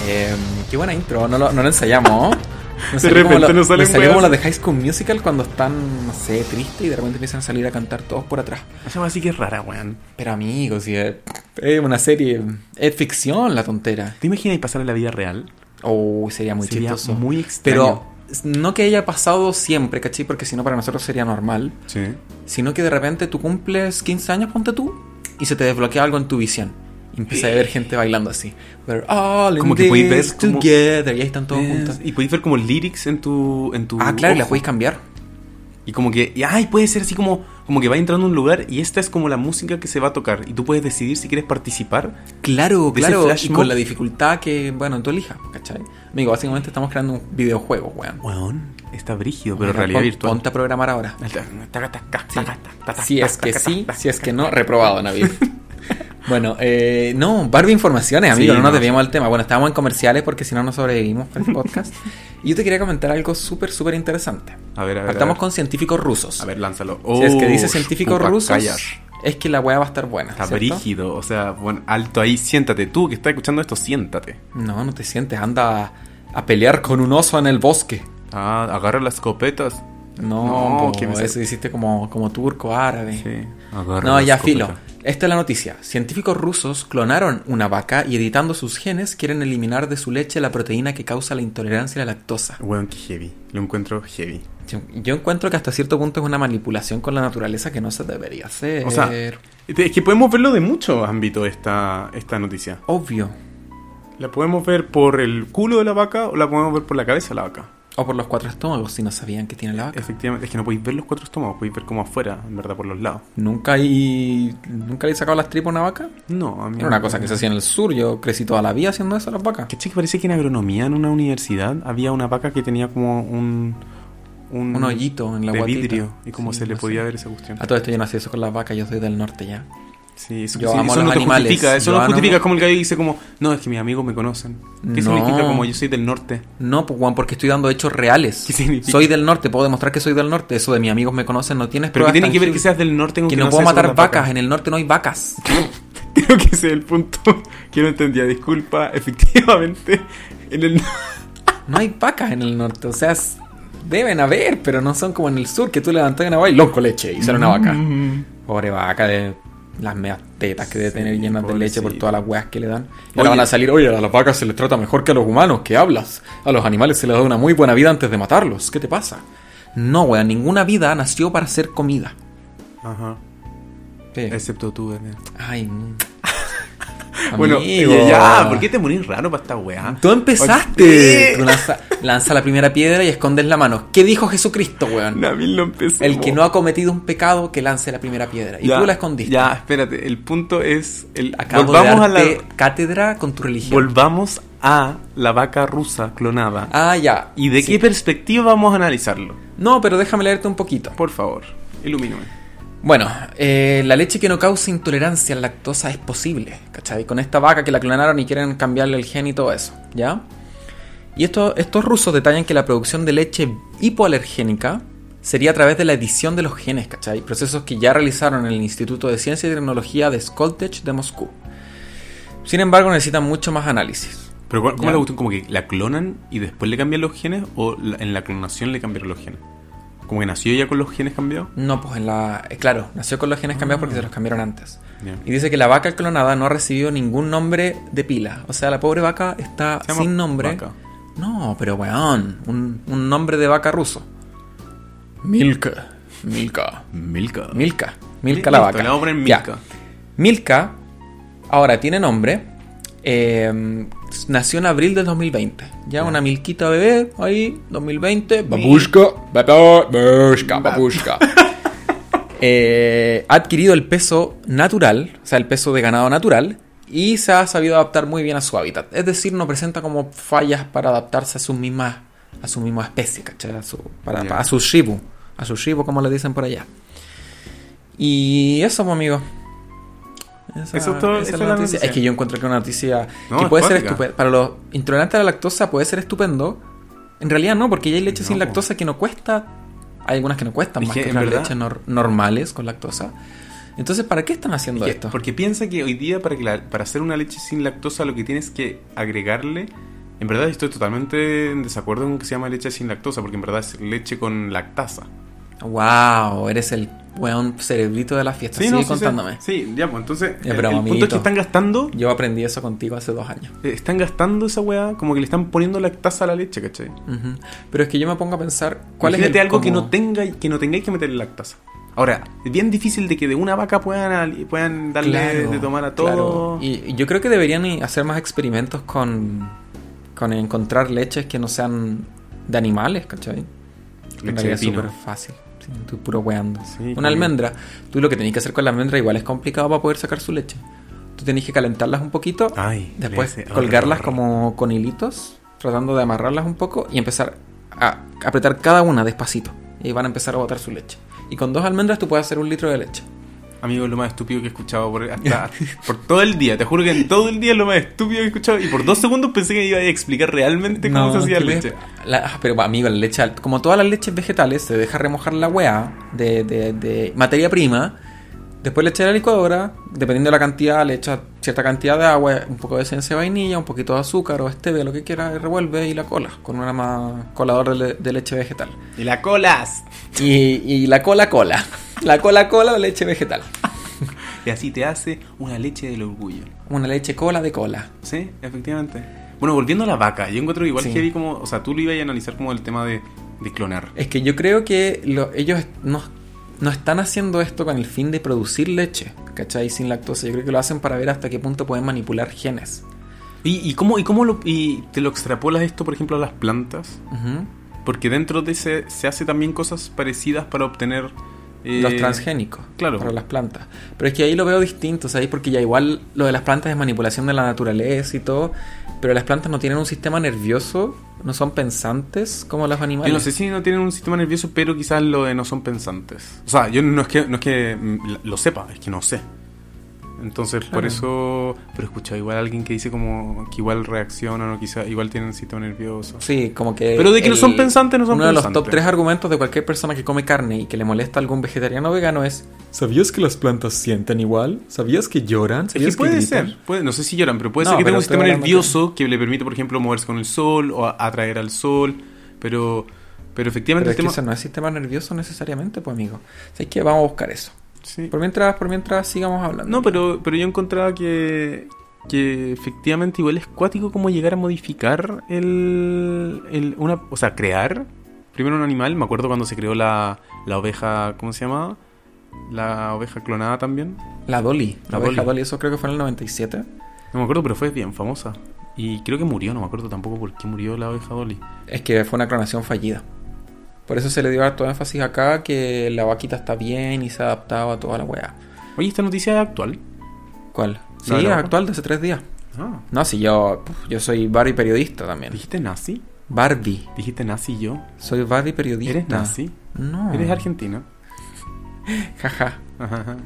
[SPEAKER 1] Eh, qué buena intro, no lo, no lo ensayamos. ¿no? Me salió como
[SPEAKER 2] repente
[SPEAKER 1] la-
[SPEAKER 2] nos salen
[SPEAKER 1] me salió como
[SPEAKER 2] weas.
[SPEAKER 1] las de High School Musical cuando están, no sé, tristes y de repente empiezan a salir a cantar todos por atrás.
[SPEAKER 2] Esa así que es rara, weón.
[SPEAKER 1] Pero amigos, si es, es una serie, es ficción la tontera.
[SPEAKER 2] ¿Te imaginas y pasar en la vida real?
[SPEAKER 1] Oh, sería muy
[SPEAKER 2] Sería
[SPEAKER 1] chistoso.
[SPEAKER 2] muy extraño.
[SPEAKER 1] Pero no que haya pasado siempre, ¿cachai? Porque si no para nosotros sería normal.
[SPEAKER 2] Sí.
[SPEAKER 1] Sino que de repente tú cumples 15 años, ponte tú, y se te desbloquea algo en tu visión. Y empieza a ver gente bailando así. We're all in
[SPEAKER 2] Como que podéis ver
[SPEAKER 1] this
[SPEAKER 2] como-
[SPEAKER 1] together. Y ahí están todos
[SPEAKER 2] Es-
[SPEAKER 1] juntos.
[SPEAKER 2] Y podéis ver como lyrics en tu. En tu
[SPEAKER 1] Ah, claro, y la
[SPEAKER 2] ojo.
[SPEAKER 1] podéis cambiar.
[SPEAKER 2] Y como que. Y, ay, puede ser así como. Como que va entrando a un lugar y esta es como la música que se va a tocar. Y tú puedes decidir si quieres participar.
[SPEAKER 1] Claro,
[SPEAKER 2] De ese
[SPEAKER 1] claro.
[SPEAKER 2] flash
[SPEAKER 1] Y
[SPEAKER 2] mob.
[SPEAKER 1] con la dificultad que, bueno, tú elijas, ¿cachai? Amigo, básicamente estamos creando un videojuego, weón.
[SPEAKER 2] Weón, está brígido, pero en
[SPEAKER 1] Mira,
[SPEAKER 2] realidad
[SPEAKER 1] pon-
[SPEAKER 2] virtual.
[SPEAKER 1] Ponte a programar ahora.
[SPEAKER 2] Taca, taca, taca, taca,
[SPEAKER 1] Si
[SPEAKER 2] taca,
[SPEAKER 1] es que
[SPEAKER 2] taca,
[SPEAKER 1] sí,
[SPEAKER 2] taca,
[SPEAKER 1] si es que no, reprobado, Navid. Bueno, eh, no, Barbie Informaciones, amigo,
[SPEAKER 2] Sí,
[SPEAKER 1] no nos
[SPEAKER 2] no.
[SPEAKER 1] debíamos al tema. Bueno, estábamos en comerciales porque si no, no sobrevivimos para el podcast. Y yo te quería comentar algo súper, súper interesante.
[SPEAKER 2] A ver, a ver.
[SPEAKER 1] Partamos
[SPEAKER 2] a ver.
[SPEAKER 1] con científicos rusos.
[SPEAKER 2] A ver, lánzalo.
[SPEAKER 1] si es que
[SPEAKER 2] Oh,
[SPEAKER 1] dice científicos
[SPEAKER 2] pupa,
[SPEAKER 1] rusos,
[SPEAKER 2] calla.
[SPEAKER 1] es que la weá va a estar buena.
[SPEAKER 2] Está
[SPEAKER 1] ¿cierto?
[SPEAKER 2] brígido, o sea, bueno, alto ahí, siéntate. Tú que estás escuchando esto, siéntate.
[SPEAKER 1] No, no te sientes, anda a, a pelear con un oso en el bosque.
[SPEAKER 2] Ah, agarra las copetas.
[SPEAKER 1] No,
[SPEAKER 2] No, que me
[SPEAKER 1] po,
[SPEAKER 2] sal-
[SPEAKER 1] eso hiciste como, como turco árabe.
[SPEAKER 2] Sí, agarra
[SPEAKER 1] No,
[SPEAKER 2] las
[SPEAKER 1] ya filo.
[SPEAKER 2] copetas.
[SPEAKER 1] Esta es la noticia. Científicos rusos clonaron una vaca y editando sus genes quieren eliminar de su leche la proteína que causa la intolerancia a la lactosa.
[SPEAKER 2] Weón, qué heavy. Lo encuentro heavy.
[SPEAKER 1] Yo- Yo encuentro que hasta cierto punto es una manipulación con la naturaleza que no se debería hacer.
[SPEAKER 2] O sea, Este, es que podemos verlo de muchos ámbitos esta, esta noticia.
[SPEAKER 1] Obvio.
[SPEAKER 2] La podemos ver por el culo de la vaca o la podemos ver por la cabeza de la vaca.
[SPEAKER 1] O por los cuatro estómagos, si no sabían que tiene la vaca.
[SPEAKER 2] Efectivamente, es que no podéis ver los cuatro estómagos, podéis ver como afuera, en verdad, por los lados.
[SPEAKER 1] ¿Nunca, hay... ¿Nunca le he sacado las tripas a una vaca?
[SPEAKER 2] No, a mí
[SPEAKER 1] Era una cosa que se hacía en el sur. Yo crecí toda la vida haciendo eso a las vacas.
[SPEAKER 2] ¿Cachai que parece que en agronomía, en una universidad, había una vaca que tenía como un... Un,
[SPEAKER 1] Un hoyito en la
[SPEAKER 2] de
[SPEAKER 1] guatita.
[SPEAKER 2] vidrio y como
[SPEAKER 1] Sí,
[SPEAKER 2] se le
[SPEAKER 1] no sé.
[SPEAKER 2] podía ver esa cuestión.
[SPEAKER 1] A todo esto yo no hacía eso con las vacas. Yo soy del norte ya.
[SPEAKER 2] Sí, eso,
[SPEAKER 1] Yo
[SPEAKER 2] sí,
[SPEAKER 1] amo
[SPEAKER 2] eso
[SPEAKER 1] a
[SPEAKER 2] no
[SPEAKER 1] los
[SPEAKER 2] te
[SPEAKER 1] animales,
[SPEAKER 2] justifica, eso
[SPEAKER 1] yo
[SPEAKER 2] no
[SPEAKER 1] amo-
[SPEAKER 2] justifica. Es como el que dice como, no, es que mis amigos me conocen. ¿Qué
[SPEAKER 1] No.
[SPEAKER 2] significa como yo soy del norte?
[SPEAKER 1] No, pues, Juan, porque estoy dando hechos reales.
[SPEAKER 2] ¿Qué significa?
[SPEAKER 1] Soy del norte, puedo demostrar que soy del norte. Eso de mis amigos me conocen, no tienes
[SPEAKER 2] Pero
[SPEAKER 1] pruebas
[SPEAKER 2] que tiene que ver que
[SPEAKER 1] tangibles.
[SPEAKER 2] seas del norte con
[SPEAKER 1] Que no, puedo
[SPEAKER 2] seas
[SPEAKER 1] matar
[SPEAKER 2] una
[SPEAKER 1] vacas.
[SPEAKER 2] vaca.
[SPEAKER 1] en el norte no hay vacas.
[SPEAKER 2] Creo que ese es el punto que no entendía. Disculpa, efectivamente. En el...
[SPEAKER 1] No hay vacas en el norte, o sea, es- deben haber, pero no son como en el sur, que tú levantas una vaca y loco leche y sale una vaca.
[SPEAKER 2] Mm.
[SPEAKER 1] Pobre vaca de las meas tetas que debe
[SPEAKER 2] Sí,
[SPEAKER 1] tener llenas de leche por
[SPEAKER 2] pobrecito.
[SPEAKER 1] todas las weas que le dan. Y ahora
[SPEAKER 2] Oye.
[SPEAKER 1] van a salir, oye, a las vacas se les trata mejor que a los humanos, ¿qué hablas? A los animales se les da una muy buena vida antes de matarlos, ¿qué te pasa? No, weón, ninguna vida nació para ser comida.
[SPEAKER 2] Ajá.
[SPEAKER 1] Sí.
[SPEAKER 2] Excepto tú, Daniel.
[SPEAKER 1] Ay, mm.
[SPEAKER 2] Bueno,
[SPEAKER 1] Amigo.
[SPEAKER 2] ya, ya, ah, ¿por qué te morís raro para esta weá?
[SPEAKER 1] Tú empezaste. Tú lanza, lanza la primera piedra y escondes la mano. ¿Qué dijo Jesucristo, weón?
[SPEAKER 2] Nabil lo empezó.
[SPEAKER 1] El que no ha cometido un pecado que lance la primera piedra. Y
[SPEAKER 2] Ya,
[SPEAKER 1] tú la escondiste.
[SPEAKER 2] Ya, espérate, el punto es. El,
[SPEAKER 1] Acabo
[SPEAKER 2] volvamos,
[SPEAKER 1] de
[SPEAKER 2] a la,
[SPEAKER 1] darte cátedra con tu religión.
[SPEAKER 2] volvamos a la vaca rusa clonada.
[SPEAKER 1] ah, ya.
[SPEAKER 2] ¿Y de
[SPEAKER 1] Sí.
[SPEAKER 2] qué perspectiva vamos a analizarlo?
[SPEAKER 1] No, pero déjame leerte un poquito.
[SPEAKER 2] Por favor, ilumíname.
[SPEAKER 1] Bueno, eh, la leche que no causa intolerancia a la lactosa es posible, ¿cachai? Con esta vaca que la clonaron y quieren cambiarle el gen y todo eso, ¿ya? Y esto- estos rusos detallan que la producción de leche hipoalergénica sería a través de la edición de los genes, ¿cachai? Procesos que ya realizaron en el Instituto de Ciencia y Tecnología de Skoltech de Moscú. Sin embargo, necesitan mucho más análisis.
[SPEAKER 2] Pero ¿cu- ¿cómo
[SPEAKER 1] Ya.
[SPEAKER 2] la cuestión? ¿Como que la clonan y después le cambian los genes? ¿O la- en la clonación le cambiaron los genes? ¿Como que nació ya con los genes cambiados?
[SPEAKER 1] No, pues en la... eh, claro, nació con los genes cambiados porque se los cambiaron antes.
[SPEAKER 2] Ya.
[SPEAKER 1] Y dice que la vaca clonada no ha recibido ningún nombre de pila. O sea, la pobre vaca está
[SPEAKER 2] Se llama
[SPEAKER 1] sin nombre.
[SPEAKER 2] vaca.
[SPEAKER 1] No, pero weón, un, un nombre de vaca ruso. Milka. Milka.
[SPEAKER 2] Milka.
[SPEAKER 1] Milka.
[SPEAKER 2] Listo,
[SPEAKER 1] Milka la vaca.
[SPEAKER 2] Le vamos a poner
[SPEAKER 1] Ya.
[SPEAKER 2] Milka.
[SPEAKER 1] Milka ahora tiene nombre. eh, nació en abril del 2020. Ya una milquita bebé ahí, 2020. Babushka, babushka, babushka. Eh, ha adquirido el peso natural, o sea, el peso de ganado natural, y se ha sabido adaptar muy bien a su hábitat. Es decir, no presenta como fallas para adaptarse a su misma, a su misma especie, ¿cachai? A su, para-
[SPEAKER 2] Ya.
[SPEAKER 1] para- a su shibu, a su shibu, como le dicen por allá. Y eso, pues, amigo. Esa-
[SPEAKER 2] Eso es todo-
[SPEAKER 1] esa
[SPEAKER 2] esa
[SPEAKER 1] es
[SPEAKER 2] es
[SPEAKER 1] la
[SPEAKER 2] la
[SPEAKER 1] noticia.
[SPEAKER 2] noticia.
[SPEAKER 1] Es que yo encuentro que una noticia
[SPEAKER 2] No,
[SPEAKER 1] que
[SPEAKER 2] es
[SPEAKER 1] puede ser
[SPEAKER 2] cuática.
[SPEAKER 1] estupenda. Para los intolerantes a la lactosa puede ser estupendo. En realidad no, porque ya hay leche
[SPEAKER 2] No,
[SPEAKER 1] sin
[SPEAKER 2] po.
[SPEAKER 1] lactosa que no cuesta. Hay algunas que no cuestan
[SPEAKER 2] Es
[SPEAKER 1] más
[SPEAKER 2] que,
[SPEAKER 1] que
[SPEAKER 2] en
[SPEAKER 1] las
[SPEAKER 2] verdad-
[SPEAKER 1] leches nor- normales con lactosa. Entonces, ¿para qué están haciendo
[SPEAKER 2] Que-
[SPEAKER 1] esto?
[SPEAKER 2] Porque piensa que hoy día para, que la- para hacer una leche sin lactosa lo que tienes que agregarle... En verdad estoy totalmente en desacuerdo con que se llama leche sin lactosa, porque en verdad es leche con lactasa.
[SPEAKER 1] Wow, eres el weón cerebrito de la fiesta. Sigue
[SPEAKER 2] sí,
[SPEAKER 1] contándome.
[SPEAKER 2] Sí, ya, pues entonces...
[SPEAKER 1] Ya,
[SPEAKER 2] el-
[SPEAKER 1] pero,
[SPEAKER 2] el punto es
[SPEAKER 1] amiguito.
[SPEAKER 2] que están gastando
[SPEAKER 1] Yo aprendí eso contigo hace dos años.
[SPEAKER 2] Eh, Están gastando esa weá, como que le están poniendo lactasa a la leche, ¿cachai?
[SPEAKER 1] Ujú. Pero es que yo me pongo a pensar cuál
[SPEAKER 2] Imagínate
[SPEAKER 1] es el
[SPEAKER 2] algo que
[SPEAKER 1] como-
[SPEAKER 2] no tenga que no tengáis que meterle lactasa. Ahora, es bien difícil de que de una vaca puedan, al- puedan darle
[SPEAKER 1] Claro,
[SPEAKER 2] de tomar a
[SPEAKER 1] claro.
[SPEAKER 2] todo.
[SPEAKER 1] Y y yo creo que deberían i- hacer más experimentos con, con encontrar leches que no sean de animales, ¿cachai? En realidad
[SPEAKER 2] Leche de
[SPEAKER 1] es
[SPEAKER 2] pino.
[SPEAKER 1] súper fácil. sí, tú puro weando.
[SPEAKER 2] Sí,
[SPEAKER 1] Una
[SPEAKER 2] como-
[SPEAKER 1] almendra. Tú lo que tenés que hacer con la almendra igual es complicado para poder sacar su leche. Tú tenés que calentarlas un poquito.
[SPEAKER 2] Ay,
[SPEAKER 1] después
[SPEAKER 2] le hace
[SPEAKER 1] colgarlas
[SPEAKER 2] horror.
[SPEAKER 1] como con hilitos. Tratando de amarrarlas un poco y empezar a apretar cada una despacito. Y ahí van a empezar a botar su leche. Y con dos almendras tú puedes hacer un litro de leche.
[SPEAKER 2] Amigo, es lo más estúpido que he escuchado por, hasta- por todo el día. Te juro que en todo el día es lo más estúpido que he escuchado. Y por dos segundos pensé que iba a explicar realmente cómo
[SPEAKER 1] No,
[SPEAKER 2] se hacía
[SPEAKER 1] que
[SPEAKER 2] leche.
[SPEAKER 1] ves- la- ah, pero amigo, la leche, al- como todas las leches vegetales, se deja remojar la weá de, de- de materia prima. Después le echas a la licuadora, dependiendo de la cantidad, le echas cierta cantidad de agua, un poco de esencia de vainilla, un poquito de azúcar o stevia, lo que quieras, y revuelve y la cola con una ma- coladora de, le- de leche vegetal.
[SPEAKER 2] Y la colas.
[SPEAKER 1] Y, y la cola cola, la cola cola, la leche vegetal.
[SPEAKER 2] Y así te hace una leche del orgullo.
[SPEAKER 1] Una leche cola de cola.
[SPEAKER 2] Sí, efectivamente. Bueno, volviendo a la vaca, yo encuentro igual
[SPEAKER 1] Sí.
[SPEAKER 2] que vi como, o sea, tú lo ibas a analizar como el tema de, de clonar.
[SPEAKER 1] Es que yo creo que lo- ellos est- no, no están haciendo esto con el fin de producir leche, ¿cachai? Sin lactosa. Yo creo que lo hacen para ver hasta qué punto pueden manipular genes.
[SPEAKER 2] ¿Y, y cómo, y cómo lo, y te lo extrapolas esto, por ejemplo, a las plantas?
[SPEAKER 1] Ujú.
[SPEAKER 2] Porque dentro de ese se hace también cosas parecidas para obtener... eh,
[SPEAKER 1] Los transgénicos
[SPEAKER 2] claro.
[SPEAKER 1] para las plantas. Pero es que ahí lo veo distinto, ¿sabes? Porque ya igual lo de las plantas es manipulación de la naturaleza y todo. Pero las plantas no tienen un sistema nervioso, no son pensantes como los
[SPEAKER 2] Yo
[SPEAKER 1] animales.
[SPEAKER 2] no sé si no tienen un sistema nervioso, pero quizás lo de no son pensantes. O sea, yo no es que, no es que mm, lo sepa, es que no sé. Entonces, por
[SPEAKER 1] Claro.
[SPEAKER 2] eso... Pero escucha, igual alguien que dice como que igual reaccionan o quizás igual tienen sistema nervioso.
[SPEAKER 1] Sí, como que.
[SPEAKER 2] Pero de que no son pensantes, no son
[SPEAKER 1] uno de los
[SPEAKER 2] pensantes.
[SPEAKER 1] top tres argumentos de cualquier persona que come carne y que le molesta a algún vegetariano o vegano es: ¿Sabías que las plantas sienten igual? ¿Sabías que lloran?
[SPEAKER 2] Es que
[SPEAKER 1] ¿Sabías
[SPEAKER 2] puede
[SPEAKER 1] gritan?".
[SPEAKER 2] ser, puede- no sé si lloran, pero puede
[SPEAKER 1] No,
[SPEAKER 2] ser que
[SPEAKER 1] pero
[SPEAKER 2] tenga un
[SPEAKER 1] estoy
[SPEAKER 2] sistema
[SPEAKER 1] hablando
[SPEAKER 2] nervioso que le permite, por ejemplo, moverse con el sol o a- atraer al sol, pero, pero
[SPEAKER 1] Pero
[SPEAKER 2] efectivamente
[SPEAKER 1] es que
[SPEAKER 2] el tema...
[SPEAKER 1] eso no es sistema nervioso necesariamente, pues, amigo. Así que vamos a buscar eso.
[SPEAKER 2] Sí.
[SPEAKER 1] Por mientras, por mientras sigamos hablando.
[SPEAKER 2] No, pero, pero yo encontraba que, que efectivamente igual es cuático como llegar a modificar el, el una, o sea, crear primero un animal. Me acuerdo cuando se creó la, la oveja, ¿cómo se llamaba? La oveja clonada también.
[SPEAKER 1] La Dolly.
[SPEAKER 2] La
[SPEAKER 1] La oveja
[SPEAKER 2] Dolly.
[SPEAKER 1] Dolly, eso creo que fue en el 97.
[SPEAKER 2] No me acuerdo, pero fue bien famosa. Y creo que murió, no me acuerdo tampoco por qué murió la oveja Dolly.
[SPEAKER 1] Es que fue una clonación fallida. Por eso se le dio harto énfasis acá que la vaquita está bien y se ha adaptado a toda la weá.
[SPEAKER 2] Oye, esta noticia es actual.
[SPEAKER 1] ¿Cuál? Sí,
[SPEAKER 2] de
[SPEAKER 1] es
[SPEAKER 2] la vaca?
[SPEAKER 1] actual de hace tres días.
[SPEAKER 2] Ah.
[SPEAKER 1] No, si yo, puf, yo soy Barbie periodista también.
[SPEAKER 2] ¿Dijiste nazi?
[SPEAKER 1] Barbie.
[SPEAKER 2] ¿Dijiste nazi yo?
[SPEAKER 1] Soy Barbie periodista.
[SPEAKER 2] ¿Eres nazi?
[SPEAKER 1] No.
[SPEAKER 2] ¿Eres argentina?
[SPEAKER 1] Jaja.
[SPEAKER 2] Ajá, ajá.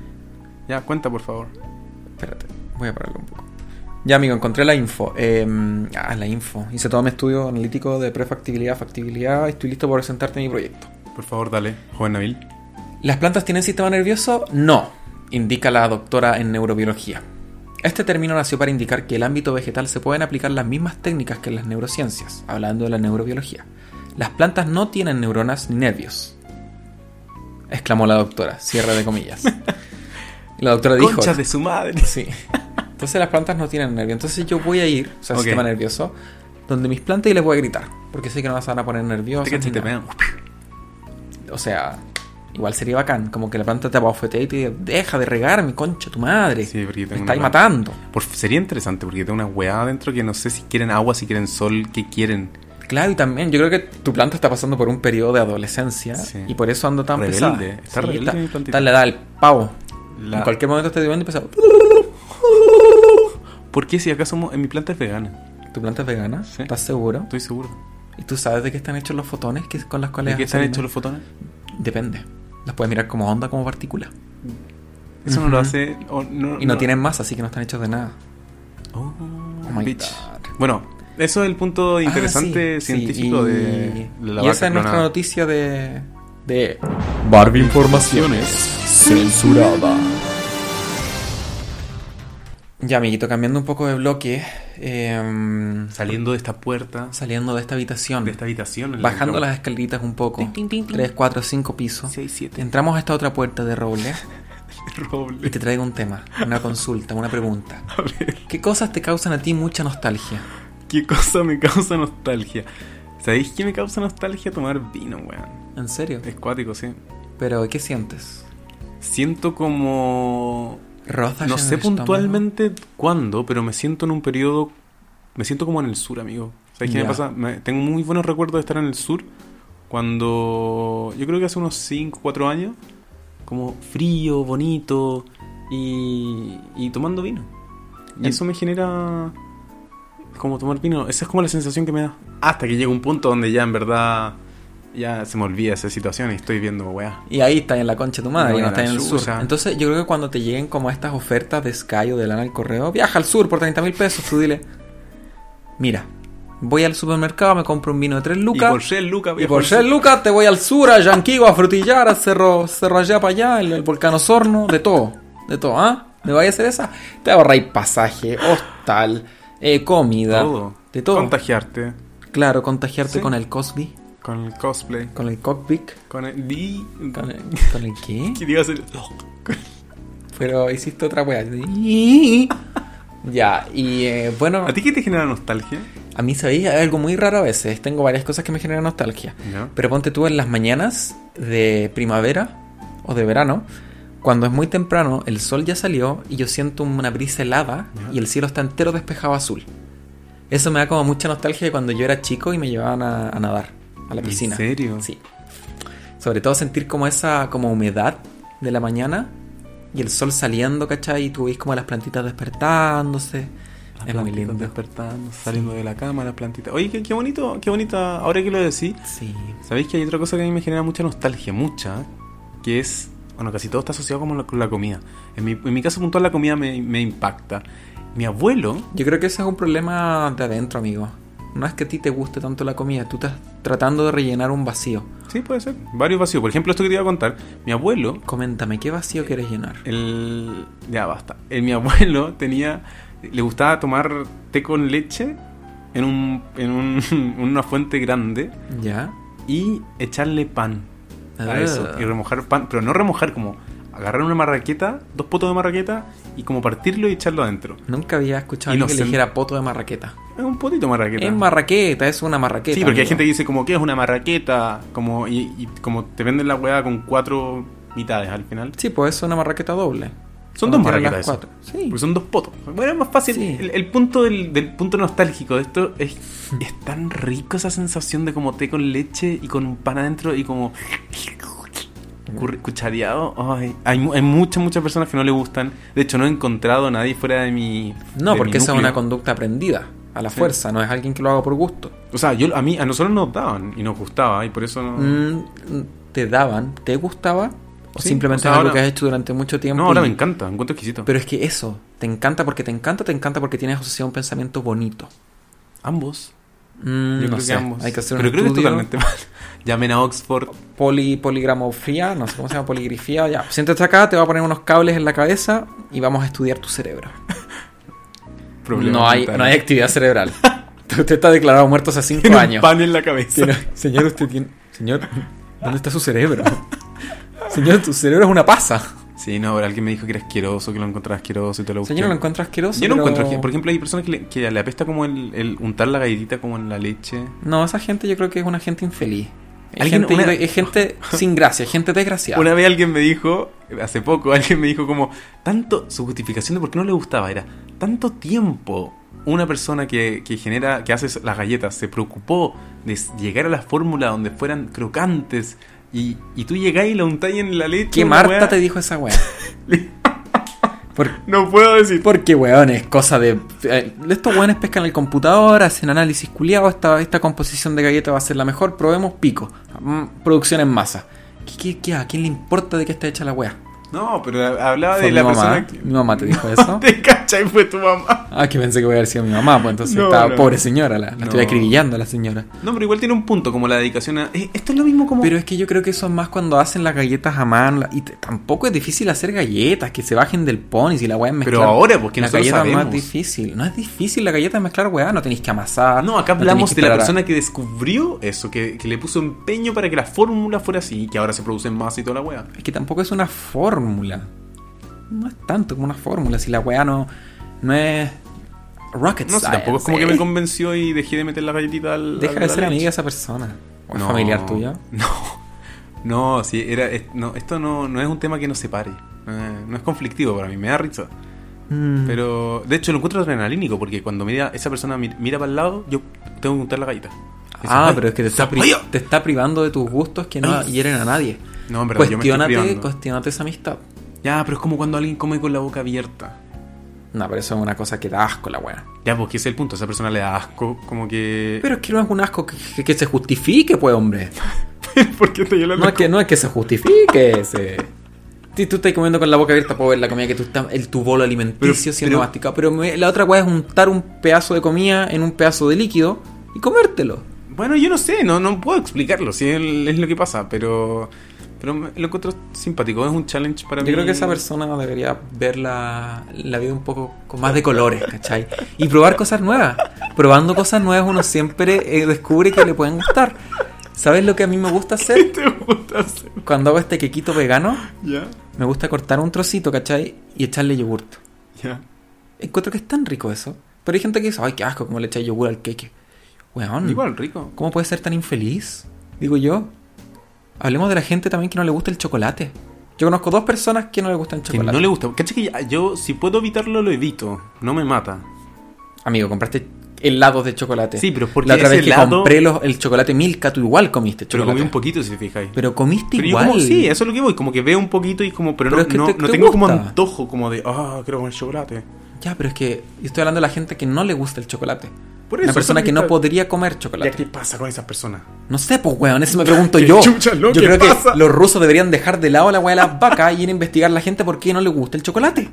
[SPEAKER 2] Ya, cuenta por favor.
[SPEAKER 1] Espérate, voy a pararlo un poco. Ya, amigo, encontré la info. Eh, ah, la info. Hice todo mi estudio analítico de prefactibilidad, factibilidad. y Estoy listo para presentarte mi proyecto.
[SPEAKER 2] Por favor, dale, joven Nabil.
[SPEAKER 1] ¿Las plantas tienen sistema nervioso? No, indica la doctora en neurobiología. Este término nació para indicar que el ámbito vegetal se pueden aplicar las mismas técnicas que en las neurociencias, hablando de la neurobiología. Las plantas no tienen neuronas ni nervios. Exclamó la doctora, cierre de comillas. La doctora dijo...
[SPEAKER 2] Conchas de su madre.
[SPEAKER 1] Sí. Entonces las plantas no tienen nervio. Entonces yo voy a ir, o sea,
[SPEAKER 2] Ok.
[SPEAKER 1] sistema nervioso, donde mis plantas y les voy a gritar. Porque sé que no las van a poner
[SPEAKER 2] Te
[SPEAKER 1] nerviosas.
[SPEAKER 2] cachas y
[SPEAKER 1] ni
[SPEAKER 2] te
[SPEAKER 1] nada.
[SPEAKER 2] pegan.
[SPEAKER 1] O sea, igual sería bacán. Como que la planta te abofetea y te diga, deja de regarme, concha tu madre.
[SPEAKER 2] Sí, porque yo
[SPEAKER 1] me
[SPEAKER 2] tengo
[SPEAKER 1] estáis
[SPEAKER 2] una planta.
[SPEAKER 1] matando.
[SPEAKER 2] Por- sería interesante porque tengo una weá adentro que no sé si quieren agua, si quieren sol, qué quieren.
[SPEAKER 1] Claro, y también yo creo que tu planta está pasando por un periodo de adolescencia
[SPEAKER 2] Sí.
[SPEAKER 1] y por eso ando tan
[SPEAKER 2] Rebelde,
[SPEAKER 1] pesada.
[SPEAKER 2] está rebelde mi
[SPEAKER 1] Está,
[SPEAKER 2] plantita.
[SPEAKER 1] está en la edad del pavo.
[SPEAKER 2] La-
[SPEAKER 1] En cualquier momento te viendo y pesado.
[SPEAKER 2] ¿Por qué si acá somos en mi planta es vegana?
[SPEAKER 1] ¿Tu planta es vegana?
[SPEAKER 2] Sí.
[SPEAKER 1] ¿Estás seguro?
[SPEAKER 2] Estoy seguro.
[SPEAKER 1] ¿Y tú sabes de qué están hechos los fotones que, con las cuales
[SPEAKER 2] ¿De qué
[SPEAKER 1] hacen
[SPEAKER 2] están
[SPEAKER 1] el-
[SPEAKER 2] hechos los fotones?
[SPEAKER 1] Depende. Las puedes mirar como onda, como partícula.
[SPEAKER 2] Eso no
[SPEAKER 1] Ujú.
[SPEAKER 2] lo hace. o no,
[SPEAKER 1] Y no, tienen masa, así que no están hechos de nada.
[SPEAKER 2] Oh,
[SPEAKER 1] Oh my
[SPEAKER 2] bitch.
[SPEAKER 1] God.
[SPEAKER 2] Bueno, eso es el punto interesante
[SPEAKER 1] Ah, sí, sí,
[SPEAKER 2] científico
[SPEAKER 1] y-
[SPEAKER 2] de, de la
[SPEAKER 1] Y
[SPEAKER 2] vaca
[SPEAKER 1] esa es nuestra
[SPEAKER 2] clonada.
[SPEAKER 1] noticia de. de.
[SPEAKER 3] Barbie Informaciones censurada.
[SPEAKER 1] Ya, amiguito, cambiando un poco de bloque. eh,
[SPEAKER 2] Saliendo de esta puerta,
[SPEAKER 1] saliendo de esta habitación.
[SPEAKER 2] de esta habitación. en la
[SPEAKER 1] bajando
[SPEAKER 2] que-
[SPEAKER 1] las escaleritas un poco.
[SPEAKER 2] Tin, tin, tin, tin.
[SPEAKER 1] 3, 4, 5 pisos.
[SPEAKER 2] Seis, siete.
[SPEAKER 1] Entramos a esta otra puerta de roble y
[SPEAKER 2] Roble.
[SPEAKER 1] te traigo un tema, una consulta, una pregunta.
[SPEAKER 2] A ver.
[SPEAKER 1] ¿Qué cosas te causan a ti mucha nostalgia?
[SPEAKER 2] ¿Qué cosa me causa nostalgia? ¿Sabéis qué me causa nostalgia? Tomar vino, weón.
[SPEAKER 1] ¿En serio?
[SPEAKER 2] Es cuático, sí.
[SPEAKER 1] ¿Pero qué sientes?
[SPEAKER 2] Siento como...
[SPEAKER 1] ¿Rozas
[SPEAKER 2] No
[SPEAKER 1] en
[SPEAKER 2] sé
[SPEAKER 1] el estómago?
[SPEAKER 2] puntualmente cuándo, pero me siento en un periodo... Me siento como en el sur, amigo. ¿Sabéis qué
[SPEAKER 1] Ya.
[SPEAKER 2] me pasa? Me- tengo muy buenos recuerdos de estar en el sur. Cuando... Yo creo que hace unos 5, 4 años. Como frío, bonito. Y, y tomando vino. Y
[SPEAKER 1] En-
[SPEAKER 2] eso me genera... Como tomar vino. Esa es como la sensación que me da. Hasta que llega un punto donde ya en verdad... Ya se me olvida esa situación y estoy viendo, weá.
[SPEAKER 1] Y ahí está en la concha de tu madre,
[SPEAKER 2] No,
[SPEAKER 1] y no
[SPEAKER 2] en
[SPEAKER 1] está en
[SPEAKER 2] la
[SPEAKER 1] el sur.
[SPEAKER 2] chucha.
[SPEAKER 1] Entonces, yo creo que cuando te lleguen como estas ofertas de Sky o de lana al correo, viaja al sur por 30 mil pesos, tú dile, mira, voy al supermercado, me compro un vino de 3
[SPEAKER 2] Y por
[SPEAKER 1] lucas.
[SPEAKER 2] ser Luca,
[SPEAKER 1] Y
[SPEAKER 2] viejo,
[SPEAKER 1] por
[SPEAKER 2] el
[SPEAKER 1] ser
[SPEAKER 2] sur-
[SPEAKER 1] lucas te voy al sur, a Yanquigo, a Frutillar, a Cerro, Cerro allá para allá, el, el volcán Sorno, de todo, de todo, ¿ah? ¿Me vaya a hacer esa? Te ahorráis pasaje, hostal, eh, comida,
[SPEAKER 2] Todo.
[SPEAKER 1] de todo.
[SPEAKER 2] Contagiarte
[SPEAKER 1] claro, contagiarte
[SPEAKER 2] Sí.
[SPEAKER 1] con el Cosby,
[SPEAKER 2] con el cosplay.
[SPEAKER 1] con el Cockpit,
[SPEAKER 2] Con el. Di...
[SPEAKER 1] con el, ¿con el qué?
[SPEAKER 2] que digas el-
[SPEAKER 1] Pero hiciste otra wea. ya, y eh, bueno,
[SPEAKER 2] ¿A ti qué te genera nostalgia?
[SPEAKER 1] a mí sabéis hay algo muy raro a veces. Tengo varias cosas que me generan nostalgia.
[SPEAKER 2] ¿No?
[SPEAKER 1] Pero ponte tú en las mañanas de primavera o de verano, cuando es muy temprano, el sol ya salió y yo siento una brisa helada
[SPEAKER 2] Ya.
[SPEAKER 1] y el cielo está entero despejado azul. Eso me da como mucha nostalgia de cuando yo era chico y me llevaban a, a nadar a la
[SPEAKER 2] ¿En
[SPEAKER 1] piscina.
[SPEAKER 2] serio?
[SPEAKER 1] Sí. Sobre todo sentir como esa como humedad de la mañana y el sol saliendo, ¿cachai? Y tú veis como las plantitas despertándose.
[SPEAKER 2] Las
[SPEAKER 1] es muy
[SPEAKER 2] plantitas
[SPEAKER 1] lindo.
[SPEAKER 2] Despertando, saliendo de la cama, las plantitas. Oye, qué, qué bonito, qué bonita. Ahora que lo decís,
[SPEAKER 1] Sí.
[SPEAKER 2] ¿sabéis que hay otra cosa que a mí me genera mucha nostalgia? Mucha. Que es. Bueno, casi todo está asociado como la- con la comida. En mi, en mi caso puntual, la comida me, me impacta. Mi abuelo.
[SPEAKER 1] Yo creo que ese es un problema de adentro, amigo. No es que a ti te guste tanto la comida, tú estás tratando de rellenar un vacío.
[SPEAKER 2] Sí, puede ser. Varios vacíos. Por ejemplo, esto que te iba a contar. Mi abuelo
[SPEAKER 1] Coméntame, ¿qué
[SPEAKER 2] Eh,
[SPEAKER 1] vacío quieres llenar?
[SPEAKER 2] El... Ya basta. El, mi abuelo tenía... Le gustaba tomar té con leche en, un, en un- en una fuente grande
[SPEAKER 1] ¿Ya?
[SPEAKER 2] y echarle pan a eso.
[SPEAKER 1] Ah.
[SPEAKER 2] Y remojar pan, pero no remojar como agarrar una marraqueta, dos potos de marraqueta, y como partirlo y echarlo adentro.
[SPEAKER 1] Nunca había escuchado a
[SPEAKER 2] Y no
[SPEAKER 1] alguien que
[SPEAKER 2] sé-
[SPEAKER 1] le dijera poto de marraqueta.
[SPEAKER 2] Es un potito de marraqueta.
[SPEAKER 1] Es marraqueta, es una marraqueta.
[SPEAKER 2] Sí, porque hay
[SPEAKER 1] amigo.
[SPEAKER 2] gente que dice como, ¿qué es una marraqueta? Como, y, y como te venden la hueá con cuatro mitades al final.
[SPEAKER 1] Sí, pues es una marraqueta doble.
[SPEAKER 2] Son
[SPEAKER 1] Como
[SPEAKER 2] dos
[SPEAKER 1] tienen
[SPEAKER 2] marraquetas.
[SPEAKER 1] las
[SPEAKER 2] eso.
[SPEAKER 1] cuatro. Sí.
[SPEAKER 2] Porque son dos potos. Bueno, es más fácil.
[SPEAKER 1] Sí.
[SPEAKER 2] El, el punto del, del punto nostálgico de esto es, es tan rico esa sensación de como té con leche y con un pan adentro y como curri- cuchareado. Ay, hay, mu- hay muchas, muchas personas que no le gustan. De hecho, no he encontrado a nadie fuera de mi. de
[SPEAKER 1] No,
[SPEAKER 2] mi
[SPEAKER 1] porque esa es
[SPEAKER 2] núcleo.
[SPEAKER 1] una conducta aprendida a la
[SPEAKER 2] Sí.
[SPEAKER 1] fuerza, no es alguien que lo haga por gusto.
[SPEAKER 2] O sea, yo, a mí, a nosotros nos daban y nos gustaba y por eso no.
[SPEAKER 1] Mm, ¿Te daban? ¿Te gustaba? ¿O
[SPEAKER 2] Sí,
[SPEAKER 1] simplemente
[SPEAKER 2] o sea,
[SPEAKER 1] es algo que
[SPEAKER 2] ahora-
[SPEAKER 1] has hecho durante mucho tiempo?
[SPEAKER 2] No, ahora
[SPEAKER 1] y-
[SPEAKER 2] me encanta, me encuentro exquisito.
[SPEAKER 1] Pero es que eso, te encanta porque te encanta, te encanta porque tienes asociado un pensamiento bonito.
[SPEAKER 2] ambos.
[SPEAKER 1] Mm,
[SPEAKER 2] Yo
[SPEAKER 1] no
[SPEAKER 2] creo
[SPEAKER 1] sé,
[SPEAKER 2] que ambos.
[SPEAKER 1] Hay que hacer
[SPEAKER 2] Pero
[SPEAKER 1] un
[SPEAKER 2] creo que es
[SPEAKER 1] estudio.
[SPEAKER 2] totalmente mal. Llamen a Oxford.
[SPEAKER 1] poli, poligramofría, no sé cómo se llama, poligrifía, ya. Siéntate acá, te va a poner unos cables en la cabeza y vamos a estudiar tu cerebro.
[SPEAKER 2] problemas
[SPEAKER 1] No hay,
[SPEAKER 2] mentales.
[SPEAKER 1] no hay actividad cerebral. Usted está declarado muerto hace cinco
[SPEAKER 2] Tiene un
[SPEAKER 1] años.
[SPEAKER 2] pan en la cabeza.
[SPEAKER 1] Tiene- señor, usted tiene... Señor, ¿dónde está su cerebro? Señor, tu cerebro es una pasa.
[SPEAKER 2] Sí, no, pero alguien me dijo que era asqueroso, que lo encontraba asqueroso y te lo busqué.
[SPEAKER 1] Señor, lo encuentro asqueroso.
[SPEAKER 2] Yo no
[SPEAKER 1] pero-
[SPEAKER 2] encuentro asqueroso. Por ejemplo, hay personas que le, que le apesta como el, el untar la galletita como en la leche.
[SPEAKER 1] No, esa gente yo creo que es una gente infeliz. Es
[SPEAKER 2] Alguien-
[SPEAKER 1] gente,
[SPEAKER 2] una-
[SPEAKER 1] es gente sin gracia, es gente desgraciada.
[SPEAKER 2] Una vez alguien me dijo, hace poco, alguien me dijo como, tanto, su justificación de por qué no le gustaba era, tanto tiempo una persona que, que genera, que hace las galletas, se preocupó de s- llegar a la fórmula donde fueran crocantes y, y tú llegás y la untás en la leche.
[SPEAKER 1] ¿Qué
[SPEAKER 2] una
[SPEAKER 1] Marta
[SPEAKER 2] weá-
[SPEAKER 1] te dijo esa weá? ¿Por
[SPEAKER 2] No puedo decir.
[SPEAKER 1] Porque, weón, es cosa de. eh, Estos weones pescan el computador, hacen análisis culiado. Esta, esta composición de galleta va a ser la mejor. Probemos pico. Mm, producción en masa. ¿Qué, qué, qué- ¿A quién le importa de qué está hecha la wea?
[SPEAKER 2] No, pero hablaba
[SPEAKER 1] Fue
[SPEAKER 2] Ah, de
[SPEAKER 1] mi
[SPEAKER 2] la
[SPEAKER 1] mamá.
[SPEAKER 2] persona que...
[SPEAKER 1] Mi mamá te dijo eso.
[SPEAKER 2] Te cachai, fue tu mamá.
[SPEAKER 1] Ah, que pensé que voy a haber sido mi mamá, pues entonces
[SPEAKER 2] No,
[SPEAKER 1] estaba
[SPEAKER 2] no.
[SPEAKER 1] pobre señora, la, la estoy
[SPEAKER 2] No.
[SPEAKER 1] acribillando a la señora.
[SPEAKER 2] No, pero igual tiene un punto, como la dedicación a... Eh, Esto es lo mismo como...
[SPEAKER 1] Pero es que yo creo que eso es más cuando hacen las galletas a mano. la- Y t- tampoco es difícil hacer galletas, que se bajen del pony si la weá es mezclar.
[SPEAKER 2] Pero ahora, porque
[SPEAKER 1] la
[SPEAKER 2] nosotros
[SPEAKER 1] galleta es más
[SPEAKER 2] sabemos.
[SPEAKER 1] difícil. No es difícil la galleta es mezclar weá, no tenéis que amasar.
[SPEAKER 2] no, acá
[SPEAKER 1] no tenéis
[SPEAKER 2] hablamos
[SPEAKER 1] que
[SPEAKER 2] de la
[SPEAKER 1] esperar a-
[SPEAKER 2] persona que descubrió eso, que, que le puso empeño para que la fórmula fuera así, y que ahora se producen más y toda la wea.
[SPEAKER 1] Es que tampoco es una fórmula. No es tanto como una fórmula. Si la weá no, no es rocket
[SPEAKER 2] No sé,
[SPEAKER 1] science.
[SPEAKER 2] tampoco es como que
[SPEAKER 1] ¿eh?
[SPEAKER 2] me convenció y dejé de meter la galletita al...
[SPEAKER 1] Deja
[SPEAKER 2] al-
[SPEAKER 1] de
[SPEAKER 2] la
[SPEAKER 1] ser amiga de
[SPEAKER 2] leche.
[SPEAKER 1] esa persona. O es
[SPEAKER 2] No,
[SPEAKER 1] familiar tuya.
[SPEAKER 2] No, no, sí, era... es- no, esto no, no es un tema que nos separe. Eh, no es conflictivo para mí, me da risa.
[SPEAKER 1] Pero...
[SPEAKER 2] Pero de hecho lo encuentro adrenalínico porque cuando mira, esa persona mi- mira, para el lado, yo tengo que juntar la galleta. Dices,
[SPEAKER 1] Ah,
[SPEAKER 2] "Ay,
[SPEAKER 1] pero es que te
[SPEAKER 2] se
[SPEAKER 1] está, pri-
[SPEAKER 2] jodió".
[SPEAKER 1] te está privando de tus gustos que no
[SPEAKER 2] Ay.
[SPEAKER 1] hieren a nadie.
[SPEAKER 2] No, en verdad, yo me
[SPEAKER 1] Cuestiónate,
[SPEAKER 2] estoy privando.
[SPEAKER 1] cuestiónate esa amistad.
[SPEAKER 2] Ya, pero es como cuando alguien come con la boca abierta.
[SPEAKER 1] No, pero eso es una cosa que da asco la weá.
[SPEAKER 2] Ya, porque ese es el punto, esa persona le da asco, como que...
[SPEAKER 1] Pero es que no es un asco que, que- que se justifique, pues, hombre.
[SPEAKER 2] ¿Por qué estoy hablando?
[SPEAKER 1] No es que, no es que se justifique ese. Si tú estás comiendo con la boca abierta para ver la comida que tú estás, el tu bolo alimenticio
[SPEAKER 2] Pero-
[SPEAKER 1] siendo
[SPEAKER 2] pero-
[SPEAKER 1] masticado. Pero me- la otra cosa es untar un pedazo de comida en un pedazo de líquido y comértelo.
[SPEAKER 2] Bueno, yo no sé, no, no puedo explicarlo, si es, es lo que pasa, pero... Pero me- lo encuentro simpático, es un challenge para
[SPEAKER 1] Yo
[SPEAKER 2] mí.
[SPEAKER 1] creo que esa persona debería ver la, la vida un poco con más de colores, ¿cachai? Y probar cosas nuevas. Probando cosas nuevas uno siempre eh, descubre que le pueden gustar. ¿Sabes lo que a mí me gusta hacer?
[SPEAKER 2] ¿Te gusta hacer?
[SPEAKER 1] Cuando hago este quequito vegano,
[SPEAKER 2] Ya,
[SPEAKER 1] me gusta cortar un trocito, ¿cachai? Y echarle yogurt.
[SPEAKER 2] ya.
[SPEAKER 1] Encuentro que es tan rico eso. Pero hay gente que dice, ay, qué asco, cómo le echáis yogur al queque. Weón,
[SPEAKER 2] Igual, rico.
[SPEAKER 1] ¿cómo puede ser tan infeliz? Digo yo. Hablemos de la gente también que no le gusta el chocolate. Yo conozco dos personas que no le gustan el
[SPEAKER 2] Que
[SPEAKER 1] chocolate.
[SPEAKER 2] no le gusta. Cacha que ya- yo, si puedo evitarlo, lo evito. No me mata.
[SPEAKER 1] Amigo, compraste helados de chocolate.
[SPEAKER 2] Sí, pero es porque
[SPEAKER 1] La otra
[SPEAKER 2] ese
[SPEAKER 1] vez que
[SPEAKER 2] helado-
[SPEAKER 1] compré los- el chocolate Milka, tú igual comiste
[SPEAKER 2] Pero
[SPEAKER 1] chocolate.
[SPEAKER 2] comí un poquito, si te fijáis.
[SPEAKER 1] Pero comiste
[SPEAKER 2] Pero yo
[SPEAKER 1] igual.
[SPEAKER 2] como, sí, eso es lo que voy, como que veo un poquito y como, pero,
[SPEAKER 1] Pero
[SPEAKER 2] no,
[SPEAKER 1] es que
[SPEAKER 2] no,
[SPEAKER 1] te-
[SPEAKER 2] no
[SPEAKER 1] te
[SPEAKER 2] tengo como
[SPEAKER 1] gusta.
[SPEAKER 2] antojo, como de, ah, quiero comer chocolate.
[SPEAKER 1] Ya, pero es que yo estoy hablando de la gente que no le gusta el chocolate.
[SPEAKER 2] Por
[SPEAKER 1] Una
[SPEAKER 2] eso,
[SPEAKER 1] persona
[SPEAKER 2] eso
[SPEAKER 1] que no
[SPEAKER 2] está-
[SPEAKER 1] podría comer
[SPEAKER 2] Ya,
[SPEAKER 1] chocolate.
[SPEAKER 2] ¿qué pasa con esas personas?
[SPEAKER 1] No sé, pues, weón, eso me pregunto
[SPEAKER 2] ¿Qué
[SPEAKER 1] yo.
[SPEAKER 2] chucha, no?
[SPEAKER 1] yo
[SPEAKER 2] ¿Qué
[SPEAKER 1] creo
[SPEAKER 2] pasa?
[SPEAKER 1] que los rusos deberían dejar de lado la weá de las vacas y ir a investigar a la gente por qué no le gusta el chocolate.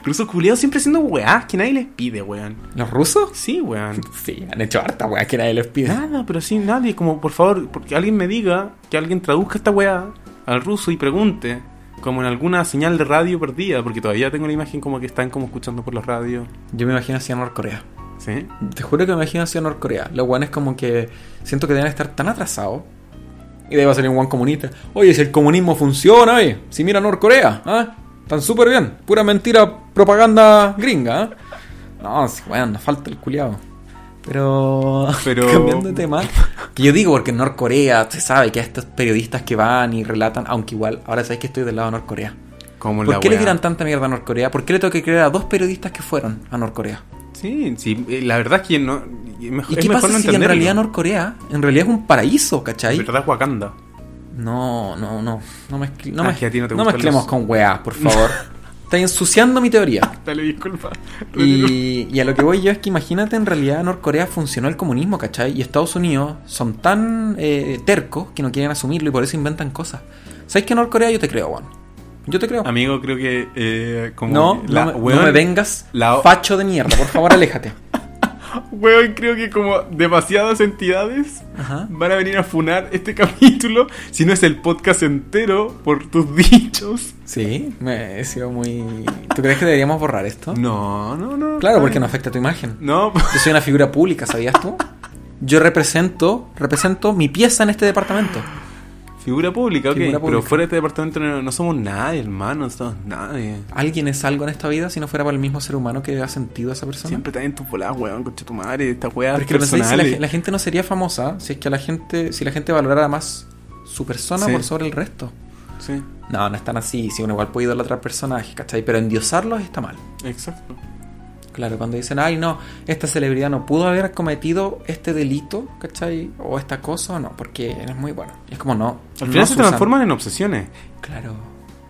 [SPEAKER 2] Pero esos culiados siempre siendo weás, que nadie les pide, weón.
[SPEAKER 1] ¿Los rusos?
[SPEAKER 2] Sí, weón.
[SPEAKER 1] Sí, han hecho harta weá que nadie les pide.
[SPEAKER 2] Nada, pero sí, nadie, como, por favor, porque alguien me diga, que alguien traduzca esta weá al ruso y pregunte, como en alguna señal de radio perdida, porque todavía tengo la imagen como que están como escuchando por la radio.
[SPEAKER 1] Yo me imagino hacia Norcorea.
[SPEAKER 2] ¿Sí?
[SPEAKER 1] Te juro que me imagino hacia Norcorea. Los weones como que siento que deben estar tan atrasados Y de ahí va a salir un guan comunista. Oye, si el comunismo funciona, oye, si mira Norcorea, ¿ah? Están súper bien. Pura mentira, propaganda gringa, ¿ah? No, sí, weón, nos falta el culiado. Pero,
[SPEAKER 2] Pero-
[SPEAKER 1] cambiando de tema, que yo digo porque en Norcorea se sabe que a estos periodistas que van y relatan, aunque igual, ahora sabéis que estoy del lado de Norcorea.
[SPEAKER 2] Como
[SPEAKER 1] ¿Por
[SPEAKER 2] la
[SPEAKER 1] qué le
[SPEAKER 2] wea.
[SPEAKER 1] tiran tanta mierda a Norcorea? ¿Por qué le tengo que creer a dos periodistas que fueron a Norcorea?
[SPEAKER 2] Sí, sí, eh, la verdad es que no, es mejor,
[SPEAKER 1] ¿Y
[SPEAKER 2] es
[SPEAKER 1] qué
[SPEAKER 2] mejor
[SPEAKER 1] pasa
[SPEAKER 2] no
[SPEAKER 1] si en
[SPEAKER 2] entenderlo.
[SPEAKER 1] realidad Norcorea en realidad es un paraíso,
[SPEAKER 2] En
[SPEAKER 1] ¿cachai?
[SPEAKER 2] verdad es Wakanda.
[SPEAKER 1] No, no, no. No, mezcl- no,
[SPEAKER 2] Ah,
[SPEAKER 1] mez-
[SPEAKER 2] que a ti no te
[SPEAKER 1] no
[SPEAKER 2] gustan
[SPEAKER 1] mezclemos
[SPEAKER 2] los-
[SPEAKER 1] con weá, por favor. Está ensuciando mi teoría.
[SPEAKER 2] Dale, disculpa.
[SPEAKER 1] Y, y a lo que voy yo es que imagínate, en realidad Norcorea funcionó el comunismo, ¿cachai? Y Estados Unidos son tan eh, tercos que no quieren asumirlo y por eso inventan cosas. ¿Sabes que Norcorea yo te creo, Juan? Yo te creo.
[SPEAKER 2] Amigo, creo que eh, como
[SPEAKER 1] no,
[SPEAKER 2] que la-
[SPEAKER 1] no, me, no
[SPEAKER 2] weón,
[SPEAKER 1] me vengas
[SPEAKER 2] la-
[SPEAKER 1] facho de mierda, por favor, aléjate.
[SPEAKER 2] Ah, Weón, creo que como demasiadas entidades
[SPEAKER 1] Ajá.
[SPEAKER 2] van a venir a funar este capítulo, si no es el podcast entero, por tus dichos.
[SPEAKER 1] Sí, me he sido muy... ¿Tú crees que deberíamos borrar esto?
[SPEAKER 2] No, no, no.
[SPEAKER 1] Claro, porque no afecta tu imagen.
[SPEAKER 2] No,
[SPEAKER 1] Yo soy una figura pública, ¿sabías tú? Yo represento, represento mi pieza en este departamento.
[SPEAKER 2] figura pública, ok.
[SPEAKER 1] Figura
[SPEAKER 2] Pero
[SPEAKER 1] pública.
[SPEAKER 2] fuera de este departamento no, no somos nadie, hermano, no somos nadie.
[SPEAKER 1] ¿Alguien es algo en esta vida si no fuera por el mismo ser humano que ha sentido a esa persona?
[SPEAKER 2] Siempre estás en tus voladas, weón, concha tu madre, estas weas
[SPEAKER 1] Pero es que lo pensáis, si la,
[SPEAKER 2] personales.
[SPEAKER 1] ge- la gente no sería famosa si es que la gente, si la gente valorara más su persona
[SPEAKER 2] Sí.
[SPEAKER 1] por sobre el resto.
[SPEAKER 2] Sí,
[SPEAKER 1] No, no están así. Si uno igual puede idolatrar personajes, ¿cachai? Pero endiosarlos está mal.
[SPEAKER 2] exacto.
[SPEAKER 1] Claro, cuando dicen, ay, no, esta celebridad no pudo haber cometido este delito, ¿cachai? O esta cosa, no, porque es muy bueno. Y es como no.
[SPEAKER 2] Al
[SPEAKER 1] no,
[SPEAKER 2] final se
[SPEAKER 1] Susan.
[SPEAKER 2] transforman en obsesiones.
[SPEAKER 1] Claro.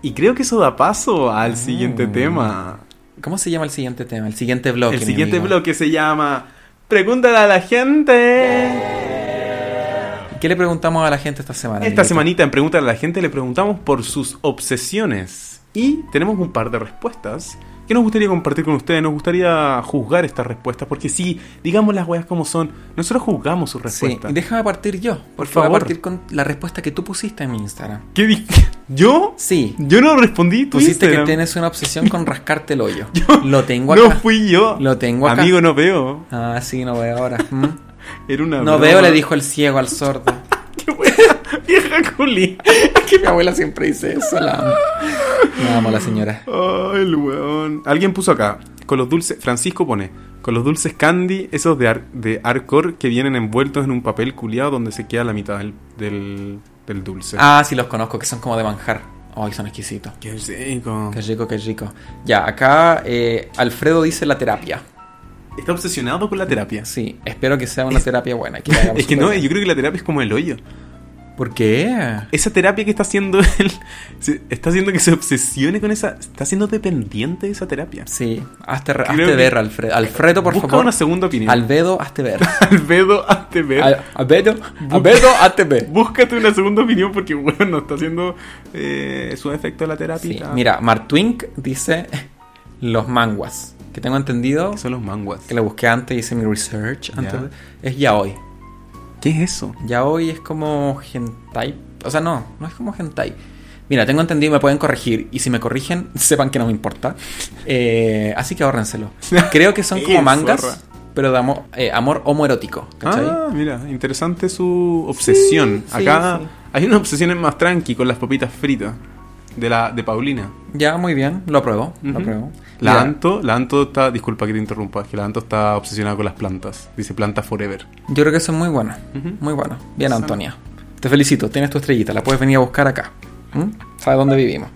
[SPEAKER 2] Y creo que eso da paso al siguiente
[SPEAKER 1] Mm.
[SPEAKER 2] tema.
[SPEAKER 1] ¿Cómo se llama el siguiente tema? El siguiente bloque.
[SPEAKER 2] el
[SPEAKER 1] mi
[SPEAKER 2] siguiente
[SPEAKER 1] amigo.
[SPEAKER 2] bloque se llama Pregúntale a la gente.
[SPEAKER 1] ¿Qué le preguntamos a la gente esta semana?
[SPEAKER 2] Esta
[SPEAKER 1] amiguito?
[SPEAKER 2] semanita en Pregúntale a la gente le preguntamos por sus obsesiones y tenemos un par de respuestas que nos gustaría compartir con ustedes, nos gustaría juzgar estas respuestas porque sí, digamos las weas como son, nosotros juzgamos sus
[SPEAKER 1] Sí,
[SPEAKER 2] respuestas.
[SPEAKER 1] y déjame partir yo.
[SPEAKER 2] Por
[SPEAKER 1] porque voy
[SPEAKER 2] favor.
[SPEAKER 1] a partir con la respuesta que tú pusiste en mi Instagram.
[SPEAKER 2] ¿Qué di- ¿Yo?
[SPEAKER 1] Sí.
[SPEAKER 2] Yo no respondí tu
[SPEAKER 1] Pusiste
[SPEAKER 2] Instagram.
[SPEAKER 1] que tienes una obsesión con rascarte el hoyo. Lo tengo acá.
[SPEAKER 2] No fui yo.
[SPEAKER 1] Lo tengo acá.
[SPEAKER 2] Amigo, no veo.
[SPEAKER 1] Ah, sí, no veo ahora. ¿Mm?
[SPEAKER 2] Era una
[SPEAKER 1] No
[SPEAKER 2] broma.
[SPEAKER 1] veo, le dijo el ciego al sordo.
[SPEAKER 2] Qué wea, vieja culi.
[SPEAKER 1] que mi abuela siempre dice eso. La amo. La amo a la señora.
[SPEAKER 2] Ay, el weón. Alguien puso acá, con los dulces, Francisco pone, con los dulces candy, esos de, ar- de hardcore que vienen envueltos en un papel culiado donde se queda la mitad del, del, del dulce.
[SPEAKER 1] Ah, sí, los conozco, que son como de manjar. Ay, son exquisitos.
[SPEAKER 2] Qué rico.
[SPEAKER 1] Qué rico, qué rico. Ya, acá eh, Alfredo dice la terapia.
[SPEAKER 2] Está obsesionado con la terapia.
[SPEAKER 1] Sí, espero que sea una terapia buena. que la hagamos
[SPEAKER 2] Es que
[SPEAKER 1] súper
[SPEAKER 2] no,
[SPEAKER 1] bien.
[SPEAKER 2] yo creo que la terapia es como el hoyo.
[SPEAKER 1] ¿Por qué?
[SPEAKER 2] Esa terapia que está haciendo él, se- está haciendo que se obsesione con esa, está siendo dependiente de esa terapia.
[SPEAKER 1] Sí, hazte, re-
[SPEAKER 2] Creo
[SPEAKER 1] hazte
[SPEAKER 2] que-
[SPEAKER 1] ver, Alfredo. Alfredo, por
[SPEAKER 2] Busca
[SPEAKER 1] favor.
[SPEAKER 2] una segunda opinión.
[SPEAKER 1] Albedo, hazte ver.
[SPEAKER 2] Albedo hazte ver.
[SPEAKER 1] Al- Albedo, Albedo, hazte ver.
[SPEAKER 2] Búscate una segunda opinión porque, bueno, está haciendo eh, su efecto la terapia.
[SPEAKER 1] Sí, mira, Martwink dice los manguas. Que tengo entendido,
[SPEAKER 2] ¿Qué son los manguas?
[SPEAKER 1] que lo busqué antes y hice mi research. Antes
[SPEAKER 2] Ya.
[SPEAKER 1] de- es yaoi.
[SPEAKER 2] ¿Qué es eso?
[SPEAKER 1] Yaoi es como hentai. O sea, no, no es como hentai. Mira, tengo entendido y me pueden corregir. Y si me corrigen, sepan que no me importa. Eh, así que ahórrenselo. Creo que son como
[SPEAKER 2] Eh, zorra.
[SPEAKER 1] mangas, pero de amo- eh, amor homoerótico. ¿Cachai?
[SPEAKER 2] Ah, mira, interesante su obsesión.
[SPEAKER 1] Sí, sí,
[SPEAKER 2] Acá
[SPEAKER 1] sí.
[SPEAKER 2] hay una obsesión más tranqui con las papitas fritas de la de Paulina.
[SPEAKER 1] Ya, muy bien, lo apruebo, lo
[SPEAKER 2] Ujú.
[SPEAKER 1] apruebo.
[SPEAKER 2] La
[SPEAKER 1] Mira,
[SPEAKER 2] Anto, la Anto está, disculpa que te interrumpa, es que la Anto está obsesionada con las plantas. Dice plantas forever.
[SPEAKER 1] Yo creo que eso es muy bueno,
[SPEAKER 2] Ujú.
[SPEAKER 1] muy bueno. Bien,
[SPEAKER 2] Sana.
[SPEAKER 1] Antonia. Te felicito, tienes tu estrellita, la puedes venir a buscar acá. ¿Mm? Sabe dónde vivimos.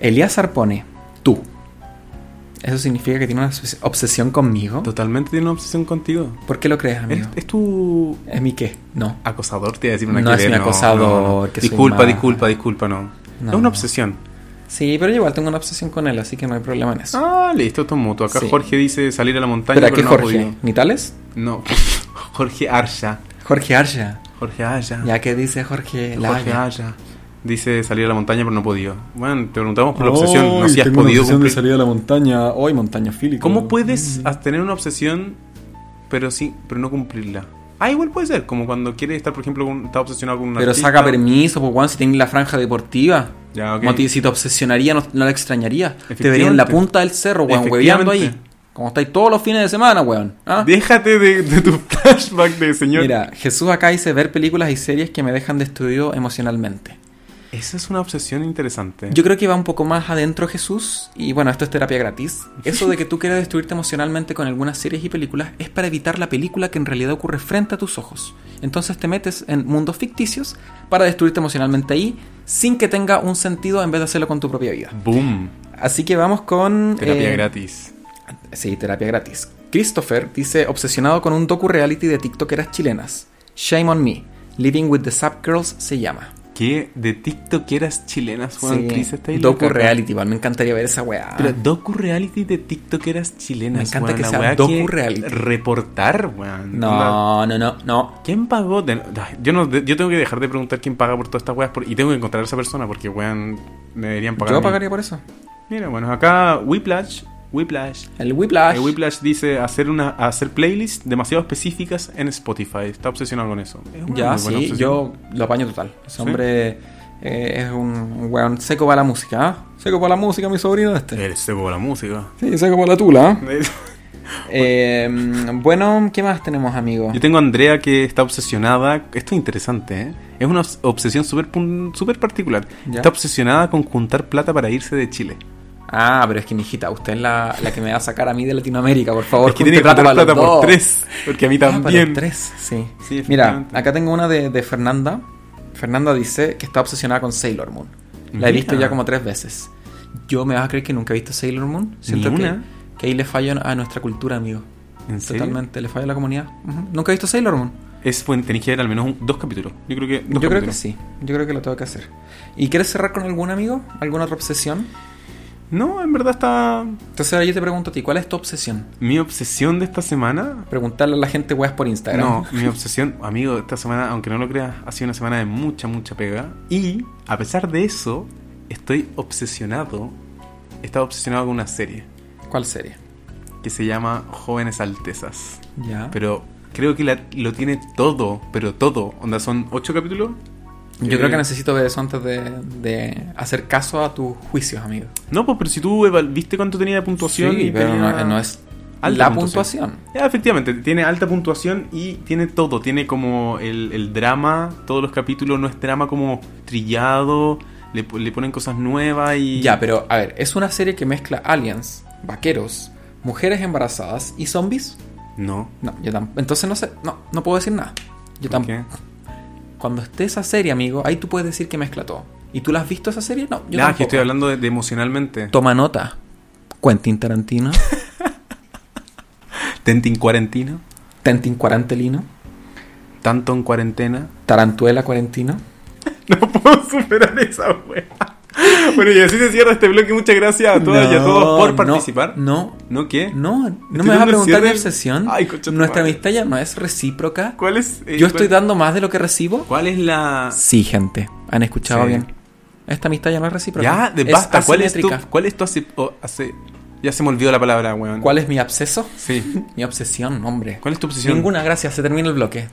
[SPEAKER 1] Elías Arpone, tú. ¿Eso significa que tiene una obses- obsesión conmigo?
[SPEAKER 2] Totalmente tiene una obsesión contigo.
[SPEAKER 1] ¿Por qué lo crees,
[SPEAKER 2] ¿Es,
[SPEAKER 1] amigo?
[SPEAKER 2] es tu
[SPEAKER 1] ¿Es mi qué? No.
[SPEAKER 2] acosador? Te iba a decir una
[SPEAKER 1] No
[SPEAKER 2] que
[SPEAKER 1] es
[SPEAKER 2] ver,
[SPEAKER 1] mi acosador, que soy
[SPEAKER 2] Disculpa,
[SPEAKER 1] más-
[SPEAKER 2] disculpa, disculpa, no.
[SPEAKER 1] No.
[SPEAKER 2] Es una obsesión.
[SPEAKER 1] Sí, pero yo igual tengo una obsesión con él, así que no hay problema en eso.
[SPEAKER 2] Ah, listo, esto es mutuo. Acá
[SPEAKER 1] Sí.
[SPEAKER 2] Jorge dice salir a la montaña.
[SPEAKER 1] ¿Pero
[SPEAKER 2] Pero,
[SPEAKER 1] aquí
[SPEAKER 2] no ha
[SPEAKER 1] Jorge?
[SPEAKER 2] podido.
[SPEAKER 1] ¿Nitales?
[SPEAKER 2] No, Jorge Arya.
[SPEAKER 1] Jorge Arja.
[SPEAKER 2] Jorge Arya.
[SPEAKER 1] Ya que dice Jorge
[SPEAKER 2] Jorge
[SPEAKER 1] Laya.
[SPEAKER 2] Arya. Dice salir a la montaña, pero no ha podido. Bueno, te preguntamos por la
[SPEAKER 1] Ay,
[SPEAKER 2] obsesión. No sé si has
[SPEAKER 1] tengo una
[SPEAKER 2] podido
[SPEAKER 1] obsesión
[SPEAKER 2] cumplir.
[SPEAKER 1] de salir a la montaña. Hoy, montaña fílica.
[SPEAKER 2] ¿Cómo puedes as- tener una obsesión, pero sí, pero no cumplirla? Ah, igual puede ser. Como cuando quieres estar, por ejemplo, con, está obsesionado con una.
[SPEAKER 1] Pero saca permiso, pues, weón, si tenés la franja deportiva.
[SPEAKER 2] Ya, ok.
[SPEAKER 1] Moti- Si te obsesionaría, no, no la extrañaría. Te vería en
[SPEAKER 2] Efectivamente.
[SPEAKER 1] la punta del cerro, weón,
[SPEAKER 2] Efectivamente.
[SPEAKER 1] hueveando ahí. Como estáis todos los fines de semana, weón. ¿ah?
[SPEAKER 2] Déjate de, de tu flashback de señor.
[SPEAKER 1] Mira, Jesús acá dice ver películas y series que me dejan destruido emocionalmente.
[SPEAKER 2] Esa es una obsesión interesante.
[SPEAKER 1] Yo creo que va un poco más adentro Jesús, y bueno, esto es terapia gratis. Eso de que tú quieras destruirte emocionalmente con algunas series y películas es para evitar la película que en realidad ocurre frente a tus ojos. Entonces te metes en mundos ficticios para destruirte emocionalmente ahí, sin que tenga un sentido en vez de hacerlo con tu propia vida.
[SPEAKER 2] Boom.
[SPEAKER 1] Así que vamos con...
[SPEAKER 2] Terapia
[SPEAKER 1] eh,
[SPEAKER 2] gratis.
[SPEAKER 1] Sí, terapia gratis. Christopher dice, obsesionado con un docu-reality de tiktokeras chilenas. Shame on me. Living with the Sub Girls se llama.
[SPEAKER 2] ¿Qué? De TikTok eras chilenas, Juan Cris está ahí
[SPEAKER 1] docu
[SPEAKER 2] loca.
[SPEAKER 1] reality, igual me encantaría ver esa weá.
[SPEAKER 2] Pero docu reality de TikTok eras chilenas.
[SPEAKER 1] Me encanta
[SPEAKER 2] weón,
[SPEAKER 1] que
[SPEAKER 2] la
[SPEAKER 1] sea
[SPEAKER 2] weá
[SPEAKER 1] docu-reality.
[SPEAKER 2] Reportar, weón. Onda,
[SPEAKER 1] no, no, no, no.
[SPEAKER 2] ¿Quién pagó? De- Ay, Yo, no, de- yo tengo que dejar de preguntar quién paga por todas estas weas por- y tengo que encontrar a esa persona porque, weón, me deberían pagar. a
[SPEAKER 1] Yo
[SPEAKER 2] mí.
[SPEAKER 1] pagaría por eso.
[SPEAKER 2] Mira, bueno, acá Whiplash, Whiplash.
[SPEAKER 1] El Whiplash.
[SPEAKER 2] El Whiplash dice hacer una hacer playlists demasiado específicas en Spotify. Está obsesionado con eso. Es
[SPEAKER 1] Ya,
[SPEAKER 2] una muy buena
[SPEAKER 1] sí,
[SPEAKER 2] obsesión.
[SPEAKER 1] yo lo apaño total. Ese
[SPEAKER 2] Sí.
[SPEAKER 1] hombre eh, es un weón seco para la música. ¿ah? Seco para la música, mi sobrino este.
[SPEAKER 2] Eres seco con la música.
[SPEAKER 1] Sí, seco para la tula. ¿ah? Eh, bueno, ¿qué más tenemos, amigo?
[SPEAKER 2] Yo tengo a Andrea que está obsesionada. Esto es interesante, ¿eh? Es una obs- obsesión súper pun- súper particular.
[SPEAKER 1] Ya.
[SPEAKER 2] Está obsesionada con juntar plata para irse de Chile.
[SPEAKER 1] Ah, pero es que, mijita, usted es la, la que me va a sacar a mí de Latinoamérica, por favor.
[SPEAKER 2] es que
[SPEAKER 1] Oh, junte
[SPEAKER 2] tiene que juntar
[SPEAKER 1] para
[SPEAKER 2] plata
[SPEAKER 1] los
[SPEAKER 2] por
[SPEAKER 1] dos.
[SPEAKER 2] tres. Porque a mí
[SPEAKER 1] Ah, para
[SPEAKER 2] también.
[SPEAKER 1] los tres, sí.
[SPEAKER 2] Sí,
[SPEAKER 1] Mira,
[SPEAKER 2] efectivamente.
[SPEAKER 1] acá tengo una de, de Fernanda. Fernanda dice que está obsesionada con Sailor Moon. La he visto
[SPEAKER 2] Mira.
[SPEAKER 1] ya como tres veces. Yo me vas a creer que nunca he visto Sailor Moon. Siento
[SPEAKER 2] Ni
[SPEAKER 1] que,
[SPEAKER 2] una.
[SPEAKER 1] que ahí le falla a nuestra cultura, amigo.
[SPEAKER 2] ¿En serio?
[SPEAKER 1] Totalmente, le falla a la comunidad. Ujú. Nunca he visto Sailor Moon.
[SPEAKER 2] Es, bueno, tenéis que ver al menos un- dos capítulos. Yo creo que dos
[SPEAKER 1] Yo creo que
[SPEAKER 2] capítulos.
[SPEAKER 1] sí. Yo creo que lo tengo que hacer. ¿Y quieres cerrar con algún amigo? ¿Alguna otra obsesión?
[SPEAKER 2] No, en verdad está.
[SPEAKER 1] Entonces ahora yo te pregunto a ti, ¿cuál es tu obsesión?
[SPEAKER 2] Mi obsesión de esta semana
[SPEAKER 1] Preguntarle a la gente weas por Instagram.
[SPEAKER 2] No, mi obsesión, amigo, esta semana, aunque no lo creas, ha sido una semana de mucha, mucha pega. Y a pesar de eso, estoy obsesionado. He estado obsesionado con una serie
[SPEAKER 1] ¿Cuál serie?
[SPEAKER 2] que se llama Jóvenes Altezas.
[SPEAKER 1] Ya.
[SPEAKER 2] Pero creo que la- lo tiene todo, pero todo. Onda, son ocho capítulos.
[SPEAKER 1] Yo creo que
[SPEAKER 2] Eh,
[SPEAKER 1] necesito ver eso antes de, de hacer caso a tus juicios, amigo.
[SPEAKER 2] No, pues, pero si tú eval- viste cuánto tenía de puntuación.
[SPEAKER 1] Sí,
[SPEAKER 2] y
[SPEAKER 1] pero
[SPEAKER 2] tenía-
[SPEAKER 1] no, no es
[SPEAKER 2] alta
[SPEAKER 1] la puntuación.
[SPEAKER 2] Ya, efectivamente, tiene alta puntuación y tiene todo. Tiene como el, el drama, todos los capítulos no es drama como trillado, le, po- le ponen cosas nuevas y...
[SPEAKER 1] Ya, pero a ver, es una serie que mezcla aliens, vaqueros, mujeres embarazadas y zombies.
[SPEAKER 2] No.
[SPEAKER 1] No, yo tampoco. Entonces no sé, no, no puedo decir nada. Yo
[SPEAKER 2] ¿Por qué?
[SPEAKER 1] tampoco. Cuando esté esa serie, amigo, ahí tú puedes decir que mezcla todo. ¿Y tú la has visto esa serie? No, yo
[SPEAKER 2] Nada,
[SPEAKER 1] tampoco.
[SPEAKER 2] que estoy hablando de, de emocionalmente.
[SPEAKER 1] Toma nota. Quentin Tarantino,
[SPEAKER 2] Tentin cuarentena,
[SPEAKER 1] Tentin Cuarantelino,
[SPEAKER 2] tanto en cuarentena.
[SPEAKER 1] Tarantuela Cuarentino.
[SPEAKER 2] No puedo superar esa wea. Bueno, y así se cierra este bloque. Muchas gracias a todas y a todos por
[SPEAKER 1] no,
[SPEAKER 2] participar. ¿No,
[SPEAKER 1] No,
[SPEAKER 2] qué?
[SPEAKER 1] no, no, me
[SPEAKER 2] Estoy
[SPEAKER 1] vas
[SPEAKER 2] dando
[SPEAKER 1] a
[SPEAKER 2] el
[SPEAKER 1] preguntar mi
[SPEAKER 2] cierre.
[SPEAKER 1] obsesión.
[SPEAKER 2] Ay, concha tu
[SPEAKER 1] Nuestra
[SPEAKER 2] madre.
[SPEAKER 1] amistad ya no es recíproca.
[SPEAKER 2] ¿Cuál es? eh,
[SPEAKER 1] Yo estoy
[SPEAKER 2] cuál-
[SPEAKER 1] dando más de lo que recibo.
[SPEAKER 2] ¿Cuál es la...?
[SPEAKER 1] Sí, gente. Han escuchado
[SPEAKER 2] Sí.
[SPEAKER 1] bien. Esta amistad ya no es recíproca.
[SPEAKER 2] Ya, de-
[SPEAKER 1] Es
[SPEAKER 2] basta. ¿Cuál es, tu,
[SPEAKER 1] asimétrica.
[SPEAKER 2] ¿Cuál es tu hace, o hace- Ya se me olvidó la palabra, weón.
[SPEAKER 1] ¿Cuál es mi absceso?
[SPEAKER 2] Sí.
[SPEAKER 1] Mi obsesión, hombre.
[SPEAKER 2] ¿Cuál es tu obsesión?
[SPEAKER 1] Ninguna, gracias. Se termina el bloque.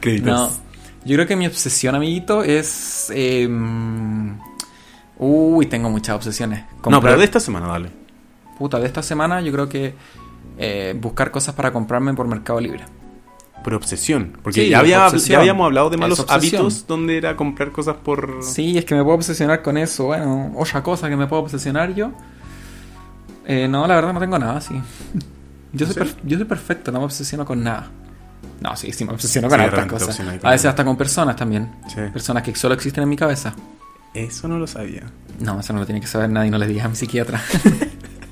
[SPEAKER 2] Créditos.
[SPEAKER 1] No. Yo creo que mi obsesión, amiguito, es. eh, uy, tengo muchas obsesiones.
[SPEAKER 2] No,
[SPEAKER 1] Comprar-
[SPEAKER 2] pero de esta semana, dale.
[SPEAKER 1] Puta, de esta semana yo creo que eh, buscar cosas para comprarme por Mercado Libre.
[SPEAKER 2] Por obsesión. Porque
[SPEAKER 1] Sí,
[SPEAKER 2] ya, había-
[SPEAKER 1] obsesión.
[SPEAKER 2] ya habíamos hablado de
[SPEAKER 1] Es
[SPEAKER 2] malos
[SPEAKER 1] obsesión.
[SPEAKER 2] hábitos donde era comprar cosas por...
[SPEAKER 1] Sí, es que me puedo obsesionar con eso. Bueno, otra cosa que me puedo obsesionar yo. Eh, no, la verdad no tengo nada, sí. Yo soy, per- yo soy perfecto, no me obsesiono con nada. No, sí, sí, me obsesiono con
[SPEAKER 2] Sí,
[SPEAKER 1] otras
[SPEAKER 2] realmente
[SPEAKER 1] cosas.
[SPEAKER 2] obsesionado con
[SPEAKER 1] A veces
[SPEAKER 2] nada.
[SPEAKER 1] hasta con personas también.
[SPEAKER 2] Sí.
[SPEAKER 1] Personas que solo existen en mi cabeza.
[SPEAKER 2] Eso no lo sabía.
[SPEAKER 1] No, eso no lo tiene que saber nadie, no les digas a mi psiquiatra.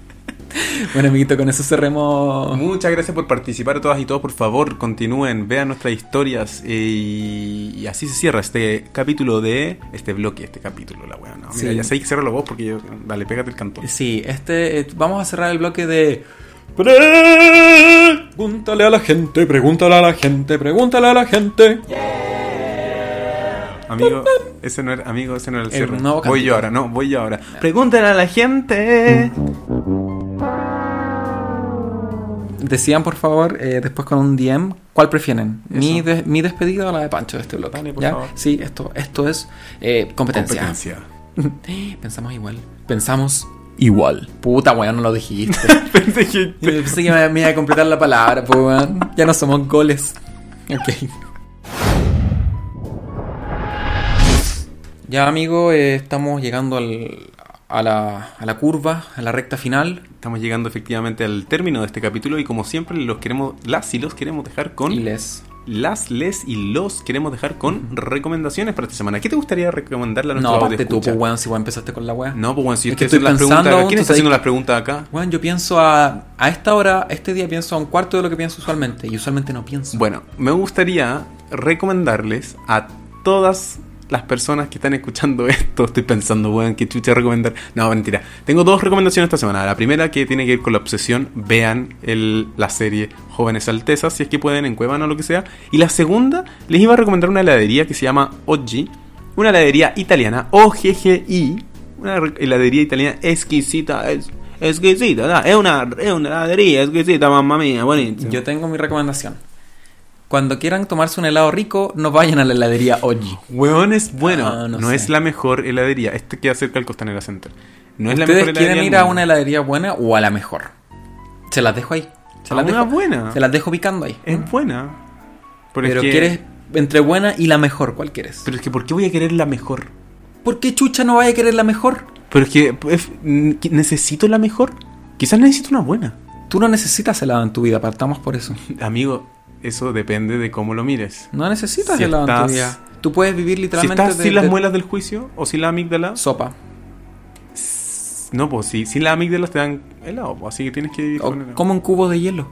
[SPEAKER 1] bueno, amiguito, con eso cerremos.
[SPEAKER 2] Muchas gracias por participar a todas y todos. Por favor, continúen, vean nuestras historias. eh, y, y así se cierra este capítulo de... Este bloque, este capítulo, la weá. No, mira,
[SPEAKER 1] Sí.
[SPEAKER 2] ya sé que cerrarlo vos porque yo... Dale, pégate el cantón.
[SPEAKER 1] Sí, este. eh, vamos a cerrar el bloque de. Pregúntale a la gente, pregúntale a la gente, pregúntale a la gente.
[SPEAKER 2] Amigo, ese no era, amigo, ese no era el
[SPEAKER 1] El
[SPEAKER 2] cierre.
[SPEAKER 1] nuevo
[SPEAKER 2] voy
[SPEAKER 1] cantante.
[SPEAKER 2] yo ahora, no, voy yo ahora. Pregúntale a la gente.
[SPEAKER 1] Decían, por favor, eh, después con un DM, ¿cuál prefieren? Mi,
[SPEAKER 2] Eso.
[SPEAKER 1] des- mi despedida o la de Pancho de este bloque.
[SPEAKER 2] Dale, por
[SPEAKER 1] ¿ya?
[SPEAKER 2] favor.
[SPEAKER 1] Sí, esto, esto es eh, competencia.
[SPEAKER 2] Competencia.
[SPEAKER 1] Pensamos igual. Pensamos
[SPEAKER 3] igual.
[SPEAKER 1] Puta, weón, no lo dijiste.
[SPEAKER 2] Pensé que-
[SPEAKER 1] Yo Pensé que me, me iba a completar la palabra, pues, weón. Ya no somos goles. Ok. Ya, amigo, eh, estamos llegando al- a, la, a la curva, a la recta final.
[SPEAKER 2] Estamos llegando efectivamente al término de este capítulo y como siempre los queremos, las y los queremos dejar con...
[SPEAKER 1] Y les.
[SPEAKER 2] Las, les y los queremos dejar con recomendaciones para esta semana. ¿Qué te gustaría recomendarle a
[SPEAKER 1] No,
[SPEAKER 2] nuestro
[SPEAKER 1] aparte tú,
[SPEAKER 2] escucha?
[SPEAKER 1] pues, weón, si weón empezaste con la weá.
[SPEAKER 2] No, pues bueno, si
[SPEAKER 1] Es
[SPEAKER 2] yo
[SPEAKER 1] que
[SPEAKER 2] estoy haciendo las
[SPEAKER 1] estoy
[SPEAKER 2] preguntas
[SPEAKER 1] pensando
[SPEAKER 2] acá,
[SPEAKER 1] aún,
[SPEAKER 2] ¿quién
[SPEAKER 1] tú
[SPEAKER 2] está
[SPEAKER 1] sabes
[SPEAKER 2] haciendo las preguntas acá?
[SPEAKER 1] Weón, yo pienso a. A esta hora, este día pienso a un cuarto de lo que pienso usualmente. Y usualmente no pienso.
[SPEAKER 2] Bueno, me gustaría recomendarles a todas las personas que están escuchando esto. Estoy pensando, weón, qué chucha recomendar. No, mentira. Tengo dos recomendaciones esta semana. La primera que tiene que ver con la obsesión. Vean el- la serie Jóvenes Altezas, si es que pueden, en Cuevana o lo que sea. Y la segunda, les iba a recomendar una heladería que se llama Oggi. Una heladería italiana, OGGI. Una re- heladería italiana exquisita, es, exquisita, da, es una, es una heladería exquisita, mamma mía, bonita.
[SPEAKER 1] Yo tengo mi recomendación. Cuando quieran tomarse un helado rico, no vayan a la heladería Oji.
[SPEAKER 2] Weón es bueno.
[SPEAKER 1] Ah,
[SPEAKER 2] no
[SPEAKER 1] no sé.
[SPEAKER 2] es la mejor heladería. Este queda cerca del Costanera Center. No es la mejor
[SPEAKER 1] ¿Ustedes
[SPEAKER 2] heladería.
[SPEAKER 1] quieren
[SPEAKER 2] del
[SPEAKER 1] ir a
[SPEAKER 2] mundo.
[SPEAKER 1] una heladería buena o a la mejor? Se las dejo ahí. Se
[SPEAKER 2] A
[SPEAKER 1] las
[SPEAKER 2] una
[SPEAKER 1] dejo,
[SPEAKER 2] buena.
[SPEAKER 1] Se las dejo picando ahí.
[SPEAKER 2] Es buena. Pero,
[SPEAKER 1] Pero
[SPEAKER 2] es que,
[SPEAKER 1] quieres entre buena y la mejor, ¿cuál quieres?
[SPEAKER 2] Pero es que, ¿por qué voy a querer la mejor?
[SPEAKER 1] ¿Por qué chucha no vaya a querer la mejor?
[SPEAKER 2] Pero es que, es- mm, que- ¿necesito la mejor? Quizás necesito una buena.
[SPEAKER 1] Tú no necesitas helado en tu vida, partamos por eso.
[SPEAKER 2] Amigo, eso depende de cómo lo mires.
[SPEAKER 1] No necesitas
[SPEAKER 2] Si
[SPEAKER 1] helado en tu
[SPEAKER 2] estás-
[SPEAKER 1] vida. Tú puedes vivir
[SPEAKER 2] Si
[SPEAKER 1] literalmente
[SPEAKER 2] estás
[SPEAKER 1] de-
[SPEAKER 2] sin las
[SPEAKER 1] de
[SPEAKER 2] muelas del juicio o sin la amígdala,
[SPEAKER 1] sopa.
[SPEAKER 2] no, pues si sin las amígdalas te dan helado, pues, así que tienes que vivir
[SPEAKER 1] O
[SPEAKER 2] con helado.
[SPEAKER 1] como un cubo de hielo.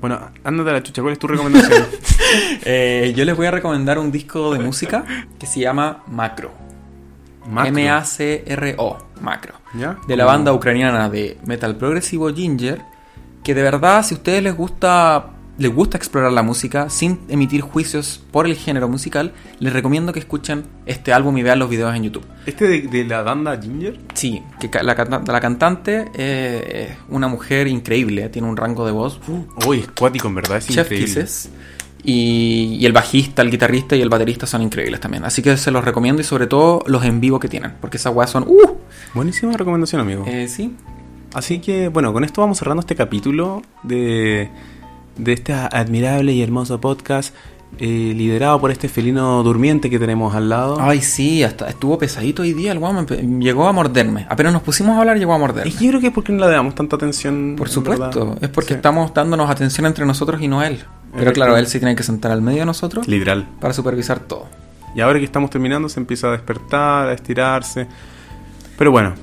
[SPEAKER 2] Bueno, ándate a la chucha, ¿cuál es tu recomendación?
[SPEAKER 1] Eh, yo les voy a recomendar un disco de música que se llama Macro.
[SPEAKER 2] Macro.
[SPEAKER 1] M-A-C-R-O. Macro.
[SPEAKER 2] ¿Ya?
[SPEAKER 1] de la
[SPEAKER 2] Como-
[SPEAKER 1] banda ucraniana de metal progresivo Ginger, que de verdad si a ustedes les gusta les gusta explorar la música sin emitir juicios por el género musical, les recomiendo que escuchen este álbum y vean los videos en YouTube.
[SPEAKER 2] ¿Este de, de la banda Ginger?
[SPEAKER 1] Sí, que ca- la, canta- la cantante eh, es una mujer increíble, tiene un rango de voz uh,
[SPEAKER 2] Uy, es cuático, en verdad, es
[SPEAKER 1] chef
[SPEAKER 2] increíble.
[SPEAKER 1] kisses. Y, y el bajista, el guitarrista y el baterista son increíbles también. Así que se los recomiendo y sobre todo los en vivo que tienen. Porque esas weas son... ¡Uh!
[SPEAKER 2] Buenísima recomendación, amigo.
[SPEAKER 1] Eh, sí,
[SPEAKER 2] Así que, bueno, con esto vamos cerrando este capítulo de, de este admirable y hermoso podcast eh, liderado por este felino durmiente que tenemos al lado.
[SPEAKER 1] Ay, sí, hasta estuvo pesadito hoy día el guau, me empe- Llegó a morderme. Apenas nos pusimos a hablar, llegó a morderme.
[SPEAKER 2] Y yo creo que es porque no le damos tanta atención.
[SPEAKER 1] Por
[SPEAKER 2] en
[SPEAKER 1] supuesto,
[SPEAKER 2] verdad.
[SPEAKER 1] es porque
[SPEAKER 2] Sí.
[SPEAKER 1] estamos dándonos atención entre nosotros y no a él. Pero claro, él sí tiene que sentar al medio de nosotros
[SPEAKER 2] Literal.
[SPEAKER 1] para supervisar todo.
[SPEAKER 2] Y ahora que estamos terminando, se empieza a despertar, a estirarse. Pero bueno,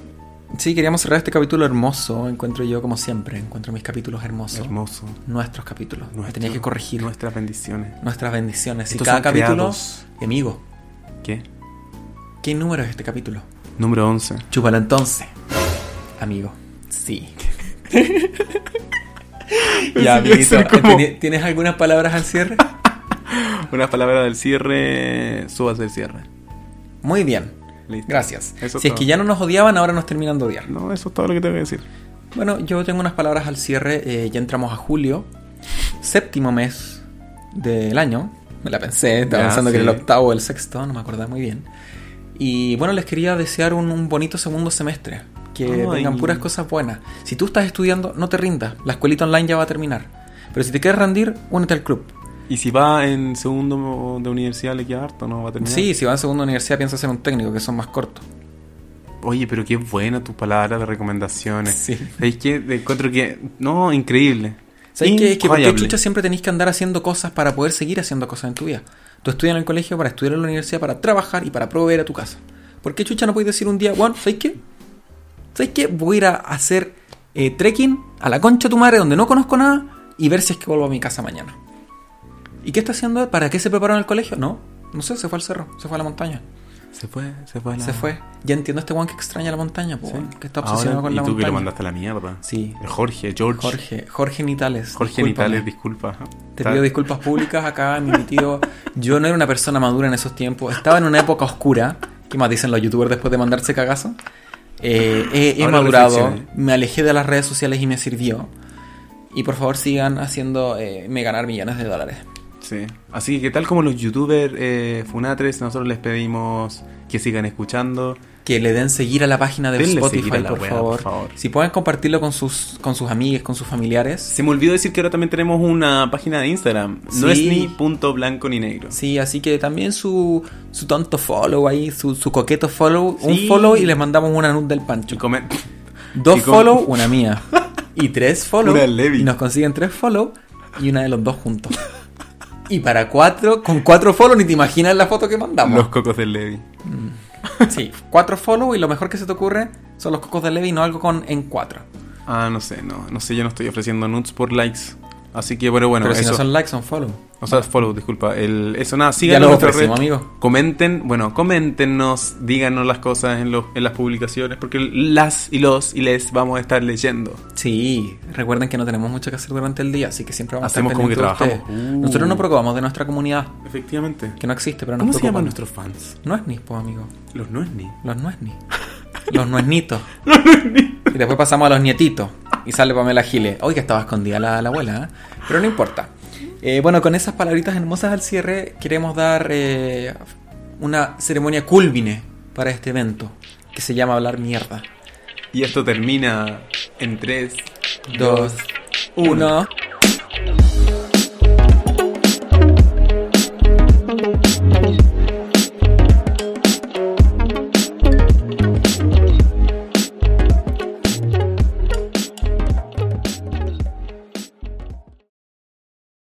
[SPEAKER 1] Sí, queríamos cerrar este capítulo hermoso. Encuentro yo, como siempre, encuentro mis capítulos hermosos.
[SPEAKER 2] hermoso.
[SPEAKER 1] Nuestros capítulos. Me
[SPEAKER 2] Nuestro-
[SPEAKER 1] tenía que corregir
[SPEAKER 2] Nuestras bendiciones.
[SPEAKER 1] nuestras bendiciones. Y
[SPEAKER 2] Estos
[SPEAKER 1] cada
[SPEAKER 2] son
[SPEAKER 1] capítulo.
[SPEAKER 2] creados.
[SPEAKER 1] Y amigo,
[SPEAKER 2] ¿Qué?
[SPEAKER 1] ¿qué número es este capítulo?
[SPEAKER 2] Número 11.
[SPEAKER 1] Chúpalo entonces. Amigo, sí. ya,
[SPEAKER 2] Pensé que iba a
[SPEAKER 1] amiguito,
[SPEAKER 2] ser como-
[SPEAKER 1] ¿teni- ¿tienes algunas palabras al cierre?
[SPEAKER 2] Una palabra del cierre, subas del cierre.
[SPEAKER 1] Muy bien,
[SPEAKER 2] Listo.
[SPEAKER 1] gracias.
[SPEAKER 2] Eso
[SPEAKER 1] si es
[SPEAKER 2] todo.
[SPEAKER 1] que ya no nos odiaban, ahora nos terminan de odiar.
[SPEAKER 2] No, eso es todo lo que tengo que decir.
[SPEAKER 1] Bueno, yo tengo unas palabras al cierre. eh, ya entramos a julio, séptimo mes del año. Me la pensé, estaba
[SPEAKER 2] Ya,
[SPEAKER 1] pensando que era
[SPEAKER 2] sí.
[SPEAKER 1] el octavo o el sexto, no me acordaba muy bien. Y bueno, les quería desear un, un bonito segundo semestre. Que
[SPEAKER 2] Ay.
[SPEAKER 1] vengan puras cosas buenas. Si tú estás estudiando, no te rindas. La escuelita online ya va a terminar. Pero si te quieres rendir, únete al club.
[SPEAKER 2] Y si va en segundo de universidad, le queda harto, ¿no? Va a terminar.
[SPEAKER 1] Sí, si vas a segunda universidad, piensa ser un técnico, que son más cortos.
[SPEAKER 2] Oye, pero qué buena tu palabra de recomendaciones.
[SPEAKER 1] Sí.
[SPEAKER 2] Es que encuentro que. No, increíble.
[SPEAKER 1] ¿Sabes qué? Es que por qué
[SPEAKER 2] Incroyable.
[SPEAKER 1] chucha siempre tenéis que andar haciendo cosas para poder seguir haciendo cosas en tu vida? Tú estudias en el colegio para estudiar en la universidad, para trabajar y para proveer a tu casa. ¿Por qué chucha no puedes decir un día, bueno, ¿sabes qué? ¿Sabes qué? Voy a ir a hacer eh, trekking a la concha de tu madre donde no conozco nada y ver si es que vuelvo a mi casa mañana. ¿Y qué está haciendo? él? ¿Para qué se preparó en el colegio? No, no sé, se fue al cerro, se fue a la montaña.
[SPEAKER 2] Se fue, se fue. a la-
[SPEAKER 1] Se fue. Ya entiendo a este Juan que extraña la montaña, po,
[SPEAKER 2] Sí.
[SPEAKER 1] weón, que está
[SPEAKER 2] Ahora,
[SPEAKER 1] obsesionado con la
[SPEAKER 2] Y tú que lo
[SPEAKER 1] montaña.
[SPEAKER 2] mandaste a la mierda.
[SPEAKER 1] Sí.
[SPEAKER 2] El Jorge, George. Jorge,
[SPEAKER 1] Jorge, Jorge Nitales. discúlpame.
[SPEAKER 2] Nitales, disculpa.
[SPEAKER 1] Te
[SPEAKER 2] Está-
[SPEAKER 1] pido disculpas públicas acá, mi tío. Yo no era una persona madura en esos tiempos. Estaba en una época oscura. ¿Qué más dicen los youtubers después de mandarse cagazo? Eh, he, he
[SPEAKER 2] Ahora
[SPEAKER 1] madurado,
[SPEAKER 2] reflexioné.
[SPEAKER 1] me alejé de las redes sociales y me sirvió. Y por favor sigan haciendo eh, me ganar millones de dólares.
[SPEAKER 2] Sí. Así que, ¿qué tal como los youtubers eh, Funatres? Nosotros les pedimos que sigan escuchando,
[SPEAKER 1] que le den seguir a la página de
[SPEAKER 2] Denle
[SPEAKER 1] Spotify,
[SPEAKER 2] seguir a la
[SPEAKER 1] por,
[SPEAKER 2] wea, por
[SPEAKER 1] favor.
[SPEAKER 2] favor.
[SPEAKER 1] Si pueden compartirlo con sus con sus amigos, con sus familiares.
[SPEAKER 2] Se me olvidó decir que ahora también tenemos una página de Instagram. No es
[SPEAKER 1] Sí.
[SPEAKER 2] ni punto blanco ni negro.
[SPEAKER 1] Sí, así que también su, su tonto follow ahí, su, su coqueto follow,
[SPEAKER 2] Sí.
[SPEAKER 1] un follow y les mandamos una nud del pancho.
[SPEAKER 2] Y comer-
[SPEAKER 1] Dos
[SPEAKER 2] y com-
[SPEAKER 1] follow, una mía. Y tres follow.
[SPEAKER 2] Una Levi.
[SPEAKER 1] Y nos consiguen tres follow y una de los dos juntos. Y para cuatro, con cuatro follow ni te imaginas la foto que
[SPEAKER 2] los
[SPEAKER 1] mandamos.
[SPEAKER 2] cocos del Levi.
[SPEAKER 1] Sí, cuatro follow y lo mejor que se te ocurre son los cocos de Levi, no algo con en cuatro.
[SPEAKER 2] Ah, no sé, no, no sé, yo no estoy ofreciendo nudes por likes. Así que, bueno, bueno,
[SPEAKER 1] Pero si
[SPEAKER 2] eso.
[SPEAKER 1] no son likes, son follow.
[SPEAKER 2] O sea, follow, disculpa. El, eso nada,
[SPEAKER 1] Ya
[SPEAKER 2] síganos
[SPEAKER 1] lo
[SPEAKER 2] en nuestras
[SPEAKER 1] ofrecimos,
[SPEAKER 2] redes.
[SPEAKER 1] amigo.
[SPEAKER 2] Comenten, bueno, coméntenos, díganos las cosas en, los- en las publicaciones, porque las y los y les vamos a estar leyendo.
[SPEAKER 1] Sí, recuerden que no tenemos mucho que hacer durante el día, así que siempre vamos
[SPEAKER 2] Hacemos
[SPEAKER 1] a estar
[SPEAKER 2] como que
[SPEAKER 1] pendientes de
[SPEAKER 2] trabajamos.
[SPEAKER 1] ustedes.
[SPEAKER 2] Uh.
[SPEAKER 1] Nosotros nos preocupamos de nuestra comunidad,
[SPEAKER 2] Efectivamente.
[SPEAKER 1] que no existe, pero nos
[SPEAKER 2] ¿Cómo se llaman
[SPEAKER 1] preocupamos.
[SPEAKER 2] nuestros fans?
[SPEAKER 1] No es nispo, amigo.
[SPEAKER 2] Los nuesni.
[SPEAKER 1] Los nuesni. Los nuesnitos. Y después pasamos a los nietitos. Y sale Pamela Giles. Hoy que estaba escondida la, la abuela, ¿eh? pero no importa. Eh, bueno, con esas palabritas hermosas al cierre, queremos dar eh, una ceremonia culmine para este evento, que se llama Hablar Mierda.
[SPEAKER 2] Y esto termina en 3,
[SPEAKER 1] Dos, uno.